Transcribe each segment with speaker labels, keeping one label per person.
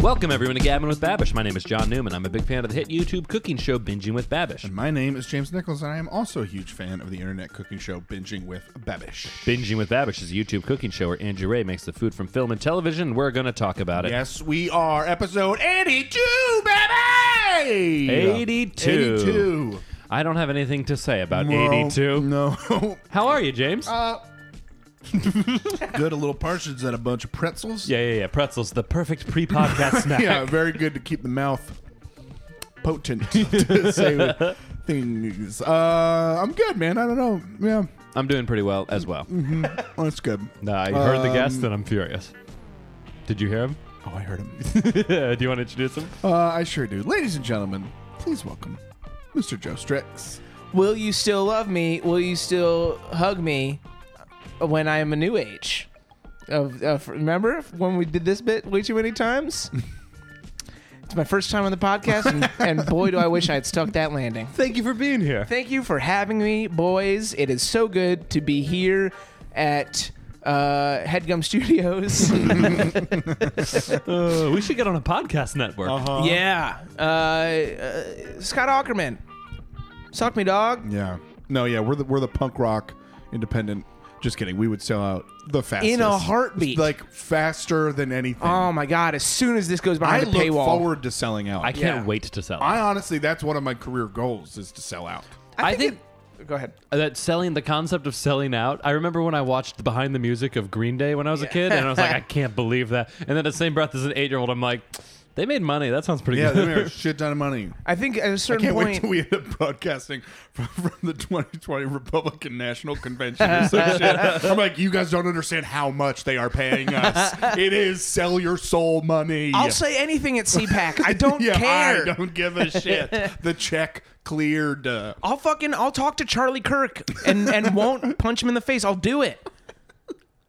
Speaker 1: Welcome everyone to Gabbing with Babish. My name is John Newman. I'm a big fan of the hit YouTube cooking show Binging with Babish.
Speaker 2: And my name is James Nichols, and I am also a huge fan of the internet cooking show Binging with Babish.
Speaker 1: Binging with Babish is a YouTube cooking show where Angie Ray makes the food from film and television. and We're going to talk about it.
Speaker 2: Yes, we are episode 82, baby!
Speaker 1: 82.
Speaker 2: 82.
Speaker 1: I don't have anything to say about
Speaker 2: No,
Speaker 1: 82.
Speaker 2: No.
Speaker 1: How are you, James?
Speaker 2: good, a little parsonage and a bunch of pretzels.
Speaker 1: yeah, yeah, yeah. Pretzels, the perfect pre-podcast snack.
Speaker 2: Yeah, very good to keep the mouth potent to say things. Uh, I'm good, man. I don't know. Yeah,
Speaker 1: I'm doing pretty well as well.
Speaker 2: well, that's good.
Speaker 1: I heard the guest and I'm furious. Did you hear him?
Speaker 2: Oh, I heard him.
Speaker 1: Do you want to introduce him?
Speaker 2: Uh, I sure do. Ladies and gentlemen, please welcome Mr. Joe Strix.
Speaker 3: Will you still love me? Will you still hug me when I am a new age? Of, of remember when we did this bit way too many times? it's my first time on the podcast, and, and boy, do I wish I had stuck that landing.
Speaker 1: Thank you for being here.
Speaker 3: Thank you for having me, boys. It is so good to be here at uh, Headgum Studios.
Speaker 1: Uh, we should get on a podcast network.
Speaker 3: yeah, uh, uh, Scott Ackerman, suck me, dog.
Speaker 2: Yeah. No, yeah, we're the we're the punk rock independent. Just kidding. We would sell out the fastest
Speaker 3: heartbeat.
Speaker 2: like faster than anything.
Speaker 3: Oh my god! As soon as this goes
Speaker 2: Um, I
Speaker 3: behind the
Speaker 2: look
Speaker 3: paywall,
Speaker 2: forward to selling out.
Speaker 1: I
Speaker 2: I,
Speaker 1: can't
Speaker 3: Yeah.
Speaker 1: wait to sell.
Speaker 2: honestly, that's one of my career goals is to sell out.
Speaker 1: I think
Speaker 3: it- go ahead.
Speaker 1: that selling the concept of selling out. I remember when I watched the Behind the Music of Green Day when I was a kid, and I was like, I can't believe that. And then the same breath as an eight year old, I'm like, they made money. That sounds pretty
Speaker 2: Yeah, they
Speaker 1: good.
Speaker 2: made a shit ton of money.
Speaker 3: I think at a
Speaker 2: I
Speaker 3: certain
Speaker 2: can't
Speaker 3: point,
Speaker 2: wait till we end up broadcasting from, from the 2020 Republican National Convention or some shit. I'm like, you guys don't understand how much they are paying us. It is sell your soul money.
Speaker 3: I'll say anything at CPAC. I don't
Speaker 2: yeah,
Speaker 3: care.
Speaker 2: I don't give a shit. the check cleared. Uh,
Speaker 3: I'll fucking I'll talk to Charlie Kirk and and won't punch him in the face. I'll do it.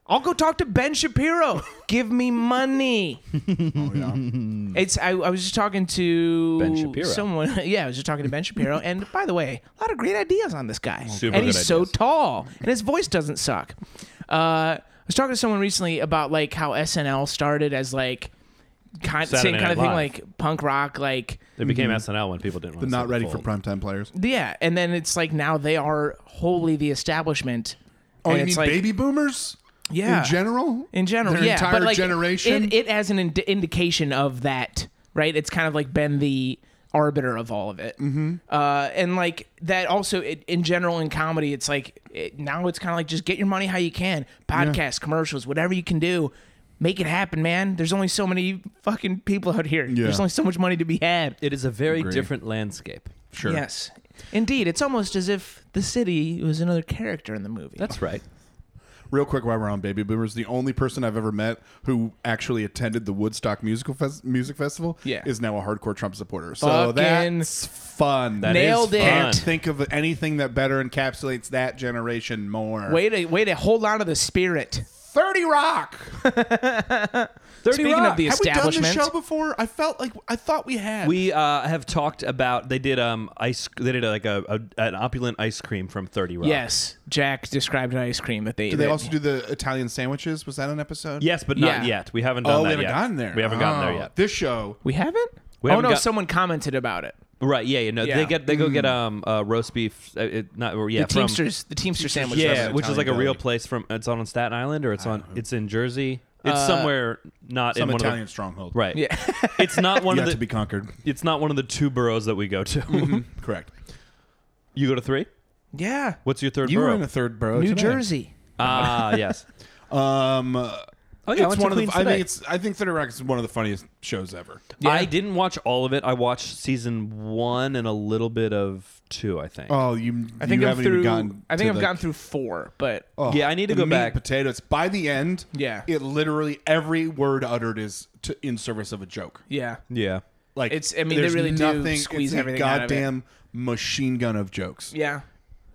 Speaker 3: I'll go talk to Ben Shapiro. Give me money.
Speaker 2: oh, yeah.
Speaker 3: It's I, I was just talking to
Speaker 1: Ben Shapiro.
Speaker 3: Someone, yeah, I was just talking to Ben Shapiro. And by the way, a lot of great ideas on this guy.
Speaker 1: Super
Speaker 3: and
Speaker 1: good
Speaker 3: he's so
Speaker 1: ideas.
Speaker 3: tall, and his voice doesn't suck. Uh, I was talking to someone recently about like how SNL started as like kind, same
Speaker 1: Saturday
Speaker 3: kind of
Speaker 1: Night
Speaker 3: thing,
Speaker 1: Live.
Speaker 3: like punk rock, like
Speaker 1: It became SNL when people didn't. want
Speaker 2: They're
Speaker 1: to
Speaker 2: Mm-hmm. not
Speaker 1: sit
Speaker 2: ready
Speaker 1: full.
Speaker 2: for primetime players.
Speaker 3: Yeah, and then it's like now they are wholly the establishment.
Speaker 2: Oh,
Speaker 3: and
Speaker 2: you
Speaker 3: it's
Speaker 2: mean
Speaker 3: like,
Speaker 2: baby boomers?
Speaker 3: Yeah.
Speaker 2: In general?
Speaker 3: in general,
Speaker 2: Their
Speaker 3: yeah,
Speaker 2: entire
Speaker 3: but like
Speaker 2: generation?
Speaker 3: It, it has an ind- indication of that, right? It's kind of like been the arbiter of all of it, mm-hmm. uh, and like that also it, in general in comedy, it's like it, now it's kind of like just get your money how you can, podcast, commercials, whatever you can do. Make it happen, man. There's only so many fucking people out here. There's only so much money to be had.
Speaker 1: It is a very
Speaker 2: Agree.
Speaker 1: different landscape.
Speaker 2: sure.
Speaker 3: Yes. Indeed, it's almost as if the city was another character in the movie.
Speaker 1: That's right.
Speaker 2: Real quick, while we're on baby boomers, the only person I've ever met who actually attended the Woodstock musical fest- music festival
Speaker 3: Yeah.
Speaker 2: is now a hardcore Trump supporter. So
Speaker 3: Fucking
Speaker 2: that's fun.
Speaker 1: That is
Speaker 3: Nailed it.
Speaker 1: fun.
Speaker 2: Can't think of anything that better encapsulates that generation more.
Speaker 3: Way to way to hold on to the spirit.
Speaker 2: Thirty Rock.
Speaker 3: Speaking of the
Speaker 2: Have we done this
Speaker 3: establishment,
Speaker 2: show before? I felt like I thought we had.
Speaker 1: We uh, have talked about they did um ice they did like a, a an opulent ice cream from Thirty Rock.
Speaker 3: yes, Jack described an ice cream that they.
Speaker 2: Did they also do the Italian sandwiches? Was that an episode?
Speaker 1: Yes, but not
Speaker 3: Yeah.
Speaker 1: yet. We haven't done
Speaker 2: Oh,
Speaker 1: that
Speaker 2: we haven't
Speaker 1: yet.
Speaker 2: gotten there.
Speaker 1: We haven't gotten there
Speaker 2: Oh,
Speaker 1: yet.
Speaker 2: This show,
Speaker 3: we haven't.
Speaker 1: We
Speaker 3: oh
Speaker 1: haven't
Speaker 3: no,
Speaker 1: got-
Speaker 3: someone commented about it.
Speaker 1: Right? Yeah, you know
Speaker 3: Yeah.
Speaker 1: they get they go
Speaker 2: Mm.
Speaker 1: get um uh, roast beef. Uh, it, not or, yeah,
Speaker 3: The
Speaker 1: from,
Speaker 3: Teamsters, the Teamster sandwich.
Speaker 1: Yeah,
Speaker 2: Italian
Speaker 3: restaurant.
Speaker 1: which is like a
Speaker 2: deli.
Speaker 1: real place from. It's on Staten Island or it's on. It's in Jersey. It's somewhere not
Speaker 2: some
Speaker 1: in one
Speaker 2: Italian
Speaker 1: of the,
Speaker 2: stronghold.
Speaker 1: right.
Speaker 3: Uh, Yeah.
Speaker 1: it's not one
Speaker 2: Yet
Speaker 1: of the. Hmm.
Speaker 2: to be conquered.
Speaker 1: it's not one of the two boroughs that we go to.
Speaker 3: Mm-hmm.
Speaker 2: Correct.
Speaker 1: you go to three.
Speaker 3: yeah.
Speaker 1: What's your third
Speaker 2: You were
Speaker 1: borough?
Speaker 2: in a third borough.
Speaker 3: New
Speaker 2: today.
Speaker 3: Jersey.
Speaker 1: ah, yes.
Speaker 2: Um, uh,
Speaker 1: Oh yeah, I
Speaker 2: it's
Speaker 1: went
Speaker 2: one
Speaker 1: to
Speaker 2: of the.
Speaker 1: Queens
Speaker 2: I
Speaker 1: today.
Speaker 2: think it's. I think Thirty Rock is one of the funniest shows ever.
Speaker 1: I didn't watch all of it. I watched season one and a little bit of two. I think.
Speaker 2: Oh, you.
Speaker 3: I think
Speaker 2: you
Speaker 3: I'm
Speaker 2: haven't
Speaker 3: through.
Speaker 2: even gotten.
Speaker 3: I think
Speaker 2: to
Speaker 3: I've
Speaker 2: the-
Speaker 3: gotten through four, but
Speaker 2: Oh,
Speaker 1: Yeah, I need to
Speaker 2: the
Speaker 1: go
Speaker 2: meat
Speaker 1: back.
Speaker 2: and Potatoes. By the end.
Speaker 3: Yeah.
Speaker 2: It literally every word uttered is to, in service of a joke.
Speaker 3: yeah.
Speaker 1: yeah.
Speaker 2: Like
Speaker 3: It's- I mean, they
Speaker 2: there's
Speaker 3: really do
Speaker 2: nothing,
Speaker 3: squeeze
Speaker 2: it's a
Speaker 3: everything out of it.
Speaker 2: Goddamn machine gun of jokes.
Speaker 3: Yeah.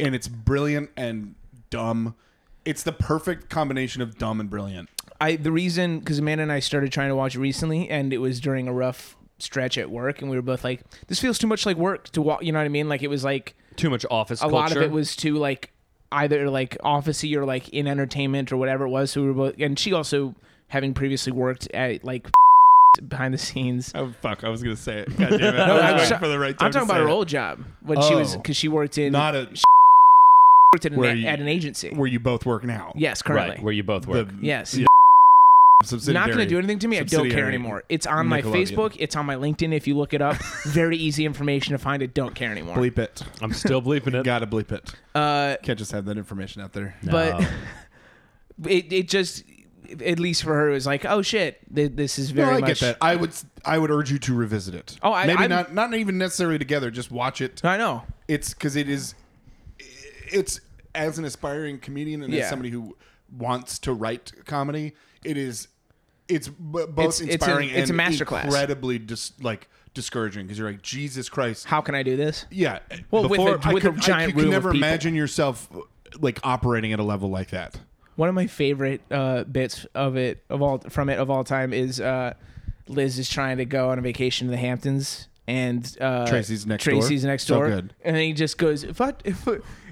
Speaker 2: and it's brilliant and dumb. It's the perfect combination of dumb and brilliant.
Speaker 3: I the reason because Amanda and I started trying to watch it recently, and it was during a rough stretch at work, and we were both like, "This feels too much like work to walk." You know what I mean? Like it was like
Speaker 1: Too much office.
Speaker 3: a
Speaker 1: culture.
Speaker 3: lot of it was too like either like officey or like in entertainment or whatever it was. So we were both, and she also having previously worked at like behind the scenes.
Speaker 2: Oh fuck! I was gonna say it. God damn it! I
Speaker 3: No,
Speaker 2: was
Speaker 3: I'm
Speaker 2: waiting
Speaker 3: tra-
Speaker 2: for the right time
Speaker 3: I'm talking
Speaker 2: to
Speaker 3: about
Speaker 2: say
Speaker 3: her
Speaker 2: it.
Speaker 3: old job when she was
Speaker 2: Oh.
Speaker 3: because she worked in
Speaker 2: Not a.
Speaker 3: worked at an,
Speaker 2: where you-
Speaker 3: at an agency.
Speaker 2: Were you both working out?
Speaker 3: yes,
Speaker 1: Right,
Speaker 3: currently.
Speaker 1: where you both work.
Speaker 3: yes.
Speaker 2: yeah,
Speaker 3: not going to
Speaker 2: subsidiary.
Speaker 3: do anything to me. I don't care
Speaker 2: subsidiary
Speaker 3: anymore. It's on my
Speaker 2: Nickelodeon.
Speaker 3: Facebook. It's on my LinkedIn. If you look it up, very easy information to find it. Don't care anymore.
Speaker 2: Bleep it.
Speaker 1: I'm still bleeping it.
Speaker 2: Gotta bleep it.
Speaker 3: Uh,
Speaker 2: Can't just have that information out there.
Speaker 3: but
Speaker 1: No.
Speaker 3: it, it just, at least for her, it was like, oh shit, th- this is very
Speaker 2: no, I get
Speaker 3: much.
Speaker 2: that. I would. I would urge you to revisit it.
Speaker 3: Oh, I-
Speaker 2: maybe
Speaker 3: I'm-
Speaker 2: not. Not even necessarily together. Just watch it.
Speaker 3: I know.
Speaker 2: It's because it is. It's as an aspiring comedian and
Speaker 3: Yeah.
Speaker 2: as somebody who wants to write comedy, it is. It's b- both
Speaker 3: It's- it's an-
Speaker 2: inspiring
Speaker 3: it's a
Speaker 2: and
Speaker 3: masterclass.
Speaker 2: incredibly dis- like discouraging because you're like Jesus Christ.
Speaker 3: How can I do this?
Speaker 2: Yeah.
Speaker 3: Well, with a-
Speaker 2: I
Speaker 3: with a
Speaker 2: could- I-
Speaker 3: giant
Speaker 2: you can
Speaker 3: room of
Speaker 2: never
Speaker 3: people.
Speaker 2: imagine yourself like operating at a level like that.
Speaker 3: One of my favorite uh, bits of it of all from it of all time is uh, Liz is trying to go on a vacation to the Hamptons and uh,
Speaker 2: Tracy's next door.
Speaker 3: Tracy's next
Speaker 2: So
Speaker 3: door.
Speaker 2: good.
Speaker 3: And he just goes, if I, if,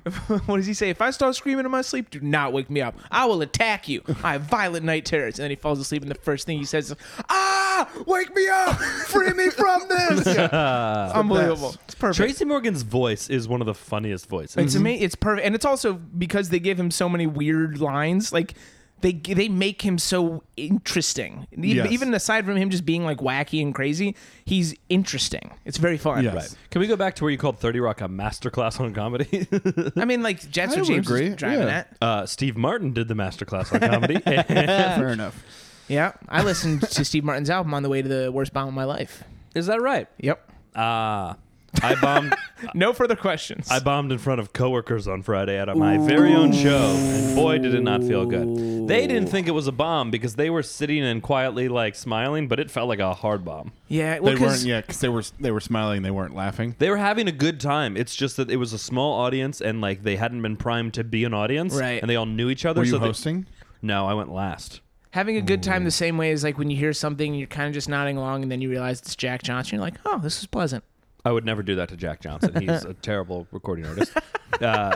Speaker 3: if, what does he say? If I start screaming in my sleep, do not wake me up. I will attack you. I have violent night terrors. And then he falls asleep, and the first thing he says, is, "Ah, wake me up, free me from this." Unbelievable.
Speaker 2: best.
Speaker 3: It's perfect.
Speaker 1: Tracy Morgan's voice is one of the funniest voices.
Speaker 3: It's
Speaker 2: Mm-hmm.
Speaker 3: ama- It's perfect, and it's also because they give him so many weird lines. Like they they make him so interesting. And e-
Speaker 2: Yes.
Speaker 3: Even aside from him just being like wacky and crazy, he's interesting. It's very fun.
Speaker 2: Yes.
Speaker 1: Right. Can we go back to where you called 30 Rock a masterclass on comedy?
Speaker 3: I mean, like Jets
Speaker 2: I
Speaker 3: or
Speaker 2: would
Speaker 3: James
Speaker 2: agree,
Speaker 3: was driving
Speaker 2: yeah.
Speaker 3: that.
Speaker 1: uh, Steve Martin did the masterclass on comedy.
Speaker 2: Fair enough.
Speaker 3: Yeah, I listened to Steve Martin's album on the way to the worst bomb of my life.
Speaker 1: is that right?
Speaker 3: Yep.
Speaker 1: Ah. I bombed
Speaker 3: No further questions.
Speaker 1: I bombed in front of coworkers on Friday at my very own show, and boy, did it not feel good. They didn't think it was a bomb because they were sitting and quietly like smiling, but it felt like a hard bomb.
Speaker 3: yeah, well,
Speaker 2: They
Speaker 3: 'cause-
Speaker 2: weren't yeah, because they were they were smiling. They weren't laughing.
Speaker 1: They were having a good time. It's just that it was a small audience, and like they hadn't been primed to be an audience,
Speaker 3: Right.
Speaker 1: And they all knew each other.
Speaker 2: Were you
Speaker 1: so they-
Speaker 2: hosting?
Speaker 1: no, I went last.
Speaker 3: having a good time the same way as like when you hear something and you're kind of just nodding along, and then you realize it's Jack Johnson. You're like, oh, this is pleasant.
Speaker 1: I would never do that to Jack Johnson. He's a terrible recording artist. Uh,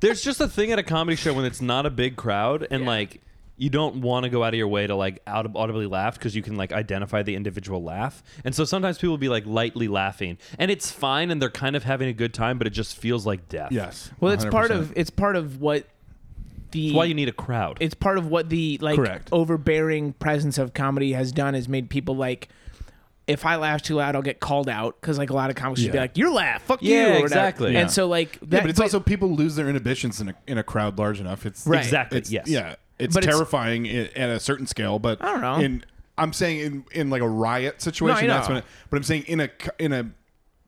Speaker 1: there's just a thing at a comedy show when it's not a big crowd and like you don't want to go out of your way to like out audibly laugh because you can like identify the individual laugh. And so sometimes people will be like lightly laughing and it's fine and they're kind of having a good time, but it just feels like death.
Speaker 2: Yes.
Speaker 3: Well, it's part
Speaker 2: 100%.
Speaker 3: of it's part of what the
Speaker 1: That's why you need a crowd.
Speaker 3: it's part of what the like
Speaker 2: Correct.
Speaker 3: overbearing presence of comedy has done is made people like if I laugh too loud, I'll get called out because like a lot of comics would be
Speaker 2: Yeah.
Speaker 3: like, "Your laugh, fuck you,"
Speaker 1: Yeah,
Speaker 3: or whatever.
Speaker 1: exactly. Yeah.
Speaker 3: And so like that,
Speaker 2: Yeah, but it's also people lose their inhibitions in a, in a crowd large enough. It's
Speaker 3: Right.
Speaker 1: exactly.
Speaker 2: It's,
Speaker 1: yes.
Speaker 2: Yeah. It's
Speaker 3: But it's-
Speaker 2: terrifying i at a certain scale, but
Speaker 3: I don't know.
Speaker 2: In I'm saying in, in like a riot situation,
Speaker 3: No, I
Speaker 2: that's
Speaker 3: know.
Speaker 2: when. It, but I'm saying in a co- in a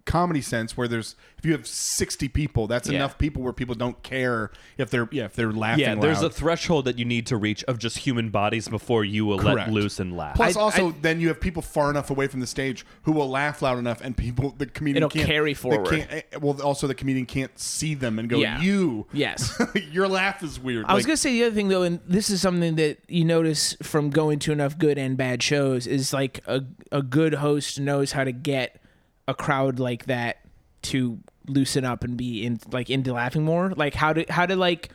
Speaker 2: comedy sense where there's if you have 60 people, that's
Speaker 3: Yeah.
Speaker 2: enough people where people don't care if they're yeah if they're laughing.
Speaker 1: Yeah, there's
Speaker 2: loud.
Speaker 1: a threshold that you need to reach of just human bodies before you will
Speaker 2: Correct.
Speaker 1: let loose and laugh.
Speaker 2: Plus,
Speaker 3: I-
Speaker 2: also, then you have people far enough away from the stage who will laugh loud enough, and people the comedian
Speaker 3: It'll
Speaker 2: can't
Speaker 3: carry
Speaker 2: they
Speaker 3: forward.
Speaker 2: Can't, eh, well, also the comedian can't see them and go,
Speaker 3: Yeah.
Speaker 2: "You,
Speaker 3: Yes.
Speaker 2: your laugh is weird."
Speaker 3: I was gonna say the other thing though, and this is something that you notice from going to enough good and bad shows is like a a good host knows how to get a crowd like that to loosen up and be in like into laughing more. Like how to how to like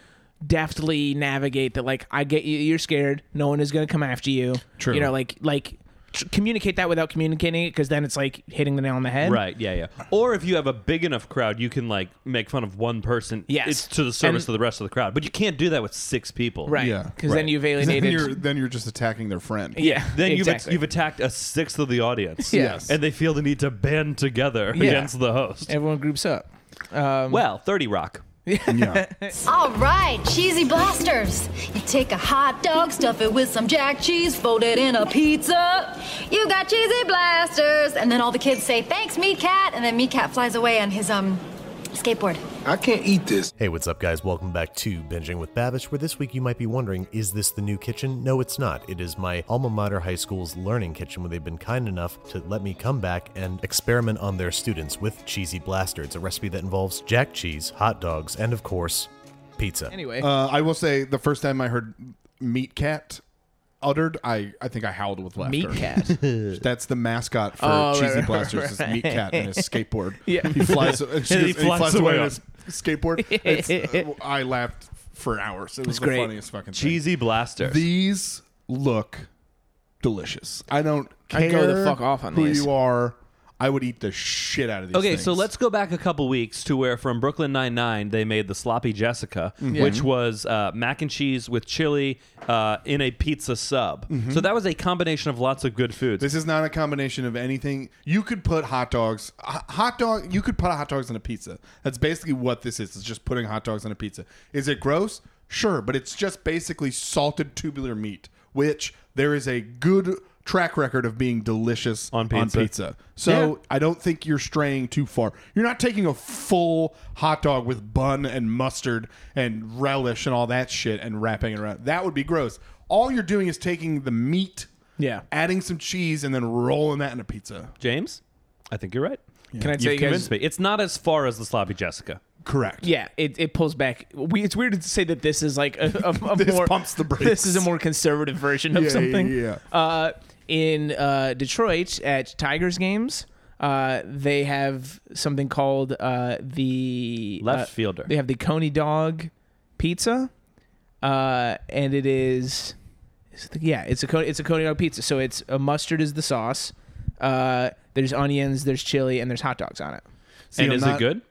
Speaker 3: deftly navigate that. Like I get you, you're scared. No one is gonna come after you.
Speaker 2: True.
Speaker 3: You know, like like tr- communicate that without communicating it because then it's like hitting the nail on the head.
Speaker 1: Right. Yeah. Yeah. Or if you have a big enough crowd, you can like make fun of one person.
Speaker 3: Yes.
Speaker 1: It's to the service
Speaker 3: And-
Speaker 1: of the rest of the crowd, but you can't do that with six people.
Speaker 3: Right.
Speaker 2: Yeah.
Speaker 3: Because then
Speaker 1: Right.
Speaker 3: you've
Speaker 2: then
Speaker 3: alienated.
Speaker 2: you're then you're just attacking their friend.
Speaker 3: yeah.
Speaker 1: Then you've,
Speaker 3: exactly.
Speaker 1: you've attacked a sixth of the audience.
Speaker 3: Yes.
Speaker 1: And they feel the need to band together
Speaker 3: Yeah.
Speaker 1: against the host.
Speaker 3: everyone groups up. Um,
Speaker 1: Well, 30 Rock.
Speaker 2: Yeah.
Speaker 4: All right, cheesy blasters. You take a hot dog, stuff it with some jack cheese, fold it in a pizza. You got cheesy blasters. And then all the kids say, thanks, Meat Cat. And then Meat Cat flies away on his, um, skateboard.
Speaker 5: I can't eat this.
Speaker 6: Hey, what's up, guys? Welcome back to Binging with Babish, where this week you might be wondering, is this the new kitchen? No, it's not. It is my alma mater high school's learning kitchen, where they've been kind enough to let me come back and experiment on their students with Cheesy Blaster. It's a recipe that involves jack cheese, hot dogs, and of course, pizza.
Speaker 3: anyway.
Speaker 2: Uh, I will say the first time I heard "meat cat" uttered, I I think I howled with laughter.
Speaker 3: Meat cat.
Speaker 2: That's the mascot for
Speaker 3: Oh,
Speaker 2: Cheesy
Speaker 3: right, right,
Speaker 2: Blasters. is Meat Cat and his skateboard.
Speaker 3: Yeah.
Speaker 2: he flies. and she
Speaker 1: And he
Speaker 2: goes- and he
Speaker 1: flies
Speaker 2: flies away
Speaker 1: away
Speaker 2: on his skateboard. It's- uh, I laughed for hours. It was the
Speaker 3: great.
Speaker 2: funniest fucking thing.
Speaker 1: Cheesy Blaster.
Speaker 2: These look delicious. I don't.
Speaker 3: I'd
Speaker 2: care
Speaker 3: go the fuck off on
Speaker 2: who
Speaker 3: these.
Speaker 2: you are. I would eat the shit out of these.
Speaker 1: Okay, so
Speaker 2: things.
Speaker 1: let's go back a couple weeks to where from Brooklyn Nine Nine they made the sloppy Jessica,
Speaker 2: Mm-hmm.
Speaker 1: which was uh, mac and cheese with chili uh, in a pizza sub. So that was a combination of lots of good foods.
Speaker 2: Mm-hmm. This is not a combination of anything. You could put hot dogs, h- hot dog. You could put hot dogs on a pizza. That's basically what this is. It's just putting hot dogs on a pizza. Is it gross? Sure, but it's just basically salted tubular meat, which there is a good track record of being delicious
Speaker 1: On pizza.
Speaker 2: So
Speaker 1: Yeah.
Speaker 2: I don't think you're straying too far. You're not taking a full hot dog with bun and mustard and relish and all that shit and wrapping it around. That would be gross. All you're doing is taking the meat
Speaker 3: Yeah.
Speaker 2: adding some cheese and then rolling that in a pizza.
Speaker 1: James, I think you're right.
Speaker 3: Can I tell
Speaker 1: You
Speaker 3: you guys?
Speaker 1: convinced me. It's not as far as the sloppy Jessica.
Speaker 2: Correct.
Speaker 3: Yeah, it, it pulls back. We, it's weird to say that this is like a, a, a
Speaker 2: This
Speaker 3: more
Speaker 2: pumps the brakes.
Speaker 3: This is a more conservative version of
Speaker 2: Yeah, yeah,
Speaker 3: something.
Speaker 2: yeah.
Speaker 3: Uh, in uh, Detroit at Tigers games, uh, they have something called uh, the
Speaker 1: Left
Speaker 3: uh,
Speaker 1: fielder.
Speaker 3: They have the Coney Dog pizza, uh, and it is, is it the- yeah, it's a Coney, it's a Coney Dog pizza. So it's a mustard is the sauce. Uh, there's onions, there's chili, and there's hot dogs on it.
Speaker 2: See,
Speaker 1: and
Speaker 2: I'm
Speaker 1: is
Speaker 2: not-
Speaker 1: it good?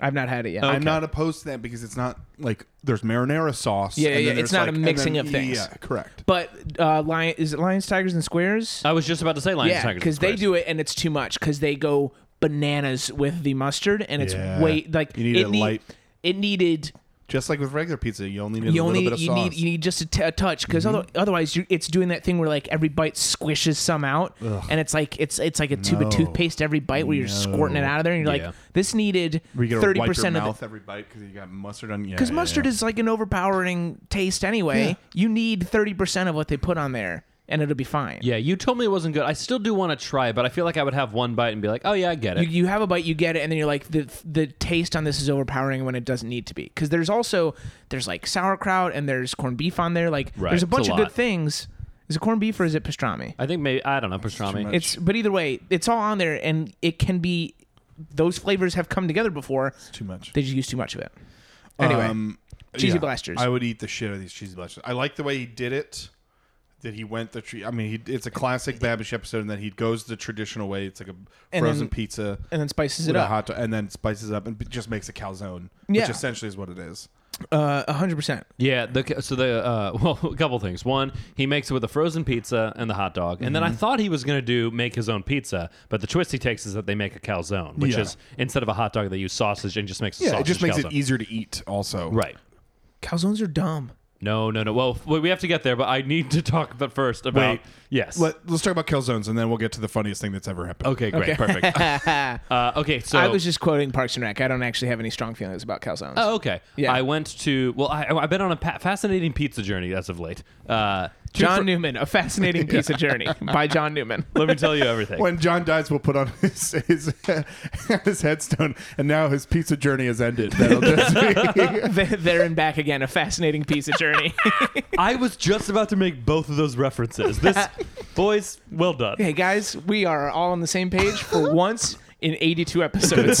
Speaker 3: I've not had it yet.
Speaker 2: I'm not opposed to that because it's not like there's marinara sauce.
Speaker 3: Yeah,
Speaker 2: and
Speaker 3: yeah,
Speaker 2: then
Speaker 3: yeah. It's
Speaker 2: there's,
Speaker 3: not a
Speaker 2: like- and
Speaker 3: mixing
Speaker 2: then-
Speaker 3: of things.
Speaker 2: Yeah, correct.
Speaker 3: But uh, lion is it lions, tigers, and squares?
Speaker 1: I was just about to say Uh, Lions
Speaker 3: yeah,
Speaker 1: Tigers.
Speaker 3: because they
Speaker 1: Express.
Speaker 3: do it, and it's too much because they go bananas with the mustard, and it's
Speaker 2: Yeah.
Speaker 3: way like
Speaker 2: You need
Speaker 3: it
Speaker 2: a
Speaker 3: need-
Speaker 2: light.
Speaker 3: It needed
Speaker 2: Just like with regular pizza, you only need
Speaker 3: you
Speaker 2: a little
Speaker 3: only
Speaker 2: bit of
Speaker 3: you
Speaker 2: sauce. Mm-hmm.
Speaker 3: need you need just a, t- a touch because otherwise you it's doing that thing where like every bite squishes some out, and it's like it's it's like a tube
Speaker 2: No.
Speaker 3: of toothpaste every bite where you're squirting it out of there, and you're
Speaker 1: Yeah.
Speaker 3: like this needed
Speaker 2: We gotta
Speaker 3: thirty
Speaker 2: wipe your
Speaker 3: percent of
Speaker 2: mouth every bite because you got mustard on.
Speaker 3: because mustard is like an overpowering taste anyway. You need thirty percent of what they put on there, and it'll be fine.
Speaker 1: Yeah, you told me it wasn't good. I still do want to try it, but I feel like I would have one bite and be like, "Oh yeah, I get it."
Speaker 3: you, you have a bite, you get it, and then you're like, the the taste on this is overpowering when it doesn't need to be. Because there's also there's like sauerkraut and there's corned beef on there. Like
Speaker 1: Right,
Speaker 3: there's a
Speaker 1: it's
Speaker 3: bunch
Speaker 1: a
Speaker 3: of good
Speaker 1: lot.
Speaker 3: things. Is it corned beef or is it pastrami?
Speaker 1: I think maybe I don't know pastrami.
Speaker 2: much.
Speaker 3: It's but either way, it's all on there, and it can be. Those flavors have come together before.
Speaker 2: too much.
Speaker 3: They just use too much of it. Anyway,
Speaker 2: Um,
Speaker 3: cheesy
Speaker 2: yeah,
Speaker 3: blasters.
Speaker 2: I would eat the shit out of these cheesy blasters. I like the way he did it. That he went the tree. I mean, he, it's a classic Babish episode, and that he goes the traditional way. It's like a
Speaker 3: And
Speaker 2: frozen
Speaker 3: then-
Speaker 2: pizza.
Speaker 3: and then spices
Speaker 2: with
Speaker 3: it
Speaker 2: a
Speaker 3: up.
Speaker 2: hot dog, and then spices up and just makes a calzone,
Speaker 3: Yeah.
Speaker 2: which essentially is what it is.
Speaker 3: Uh, hundred percent.
Speaker 1: Yeah, the, so the uh, well, a couple things. One, he makes it with a frozen pizza and the hot dog, and then I
Speaker 2: Mm-hmm.
Speaker 1: thought he was gonna do make his own pizza, but the twist he takes is that they make a calzone, which
Speaker 2: Yeah.
Speaker 1: is instead of a hot dog, they use sausage and just makes a
Speaker 2: Yeah, it
Speaker 1: sausage
Speaker 2: just makes
Speaker 1: calzone.
Speaker 2: it easier to eat. Also,
Speaker 1: Right.
Speaker 3: Calzones are dumb.
Speaker 1: No, no, no. Well, f- we have to get there, but I need to talk but first about
Speaker 2: Wait.
Speaker 1: yes.
Speaker 2: Let, let's talk about calzones, and then we'll get to the funniest thing that's ever happened.
Speaker 1: okay, great, perfect. uh, okay, so
Speaker 3: I was just quoting Parks and Rec. I don't actually have any strong feelings about calzones.
Speaker 1: Oh, okay.
Speaker 3: Yeah.
Speaker 1: I went to well, I, I've been on a pa- fascinating pizza journey as of late. Uh, two
Speaker 3: John
Speaker 1: fr-
Speaker 3: Newman, a fascinating pizza journey by John Newman.
Speaker 1: let me tell you everything.
Speaker 2: When John dies, we'll put on his his, his headstone, and now his pizza journey has ended. That'll just be-
Speaker 3: Th- there and back again, a fascinating pizza journey.
Speaker 1: I was just about to make both of those references. This, boys, well done.
Speaker 3: hey guys, we are all on the same page for once in 82 episodes.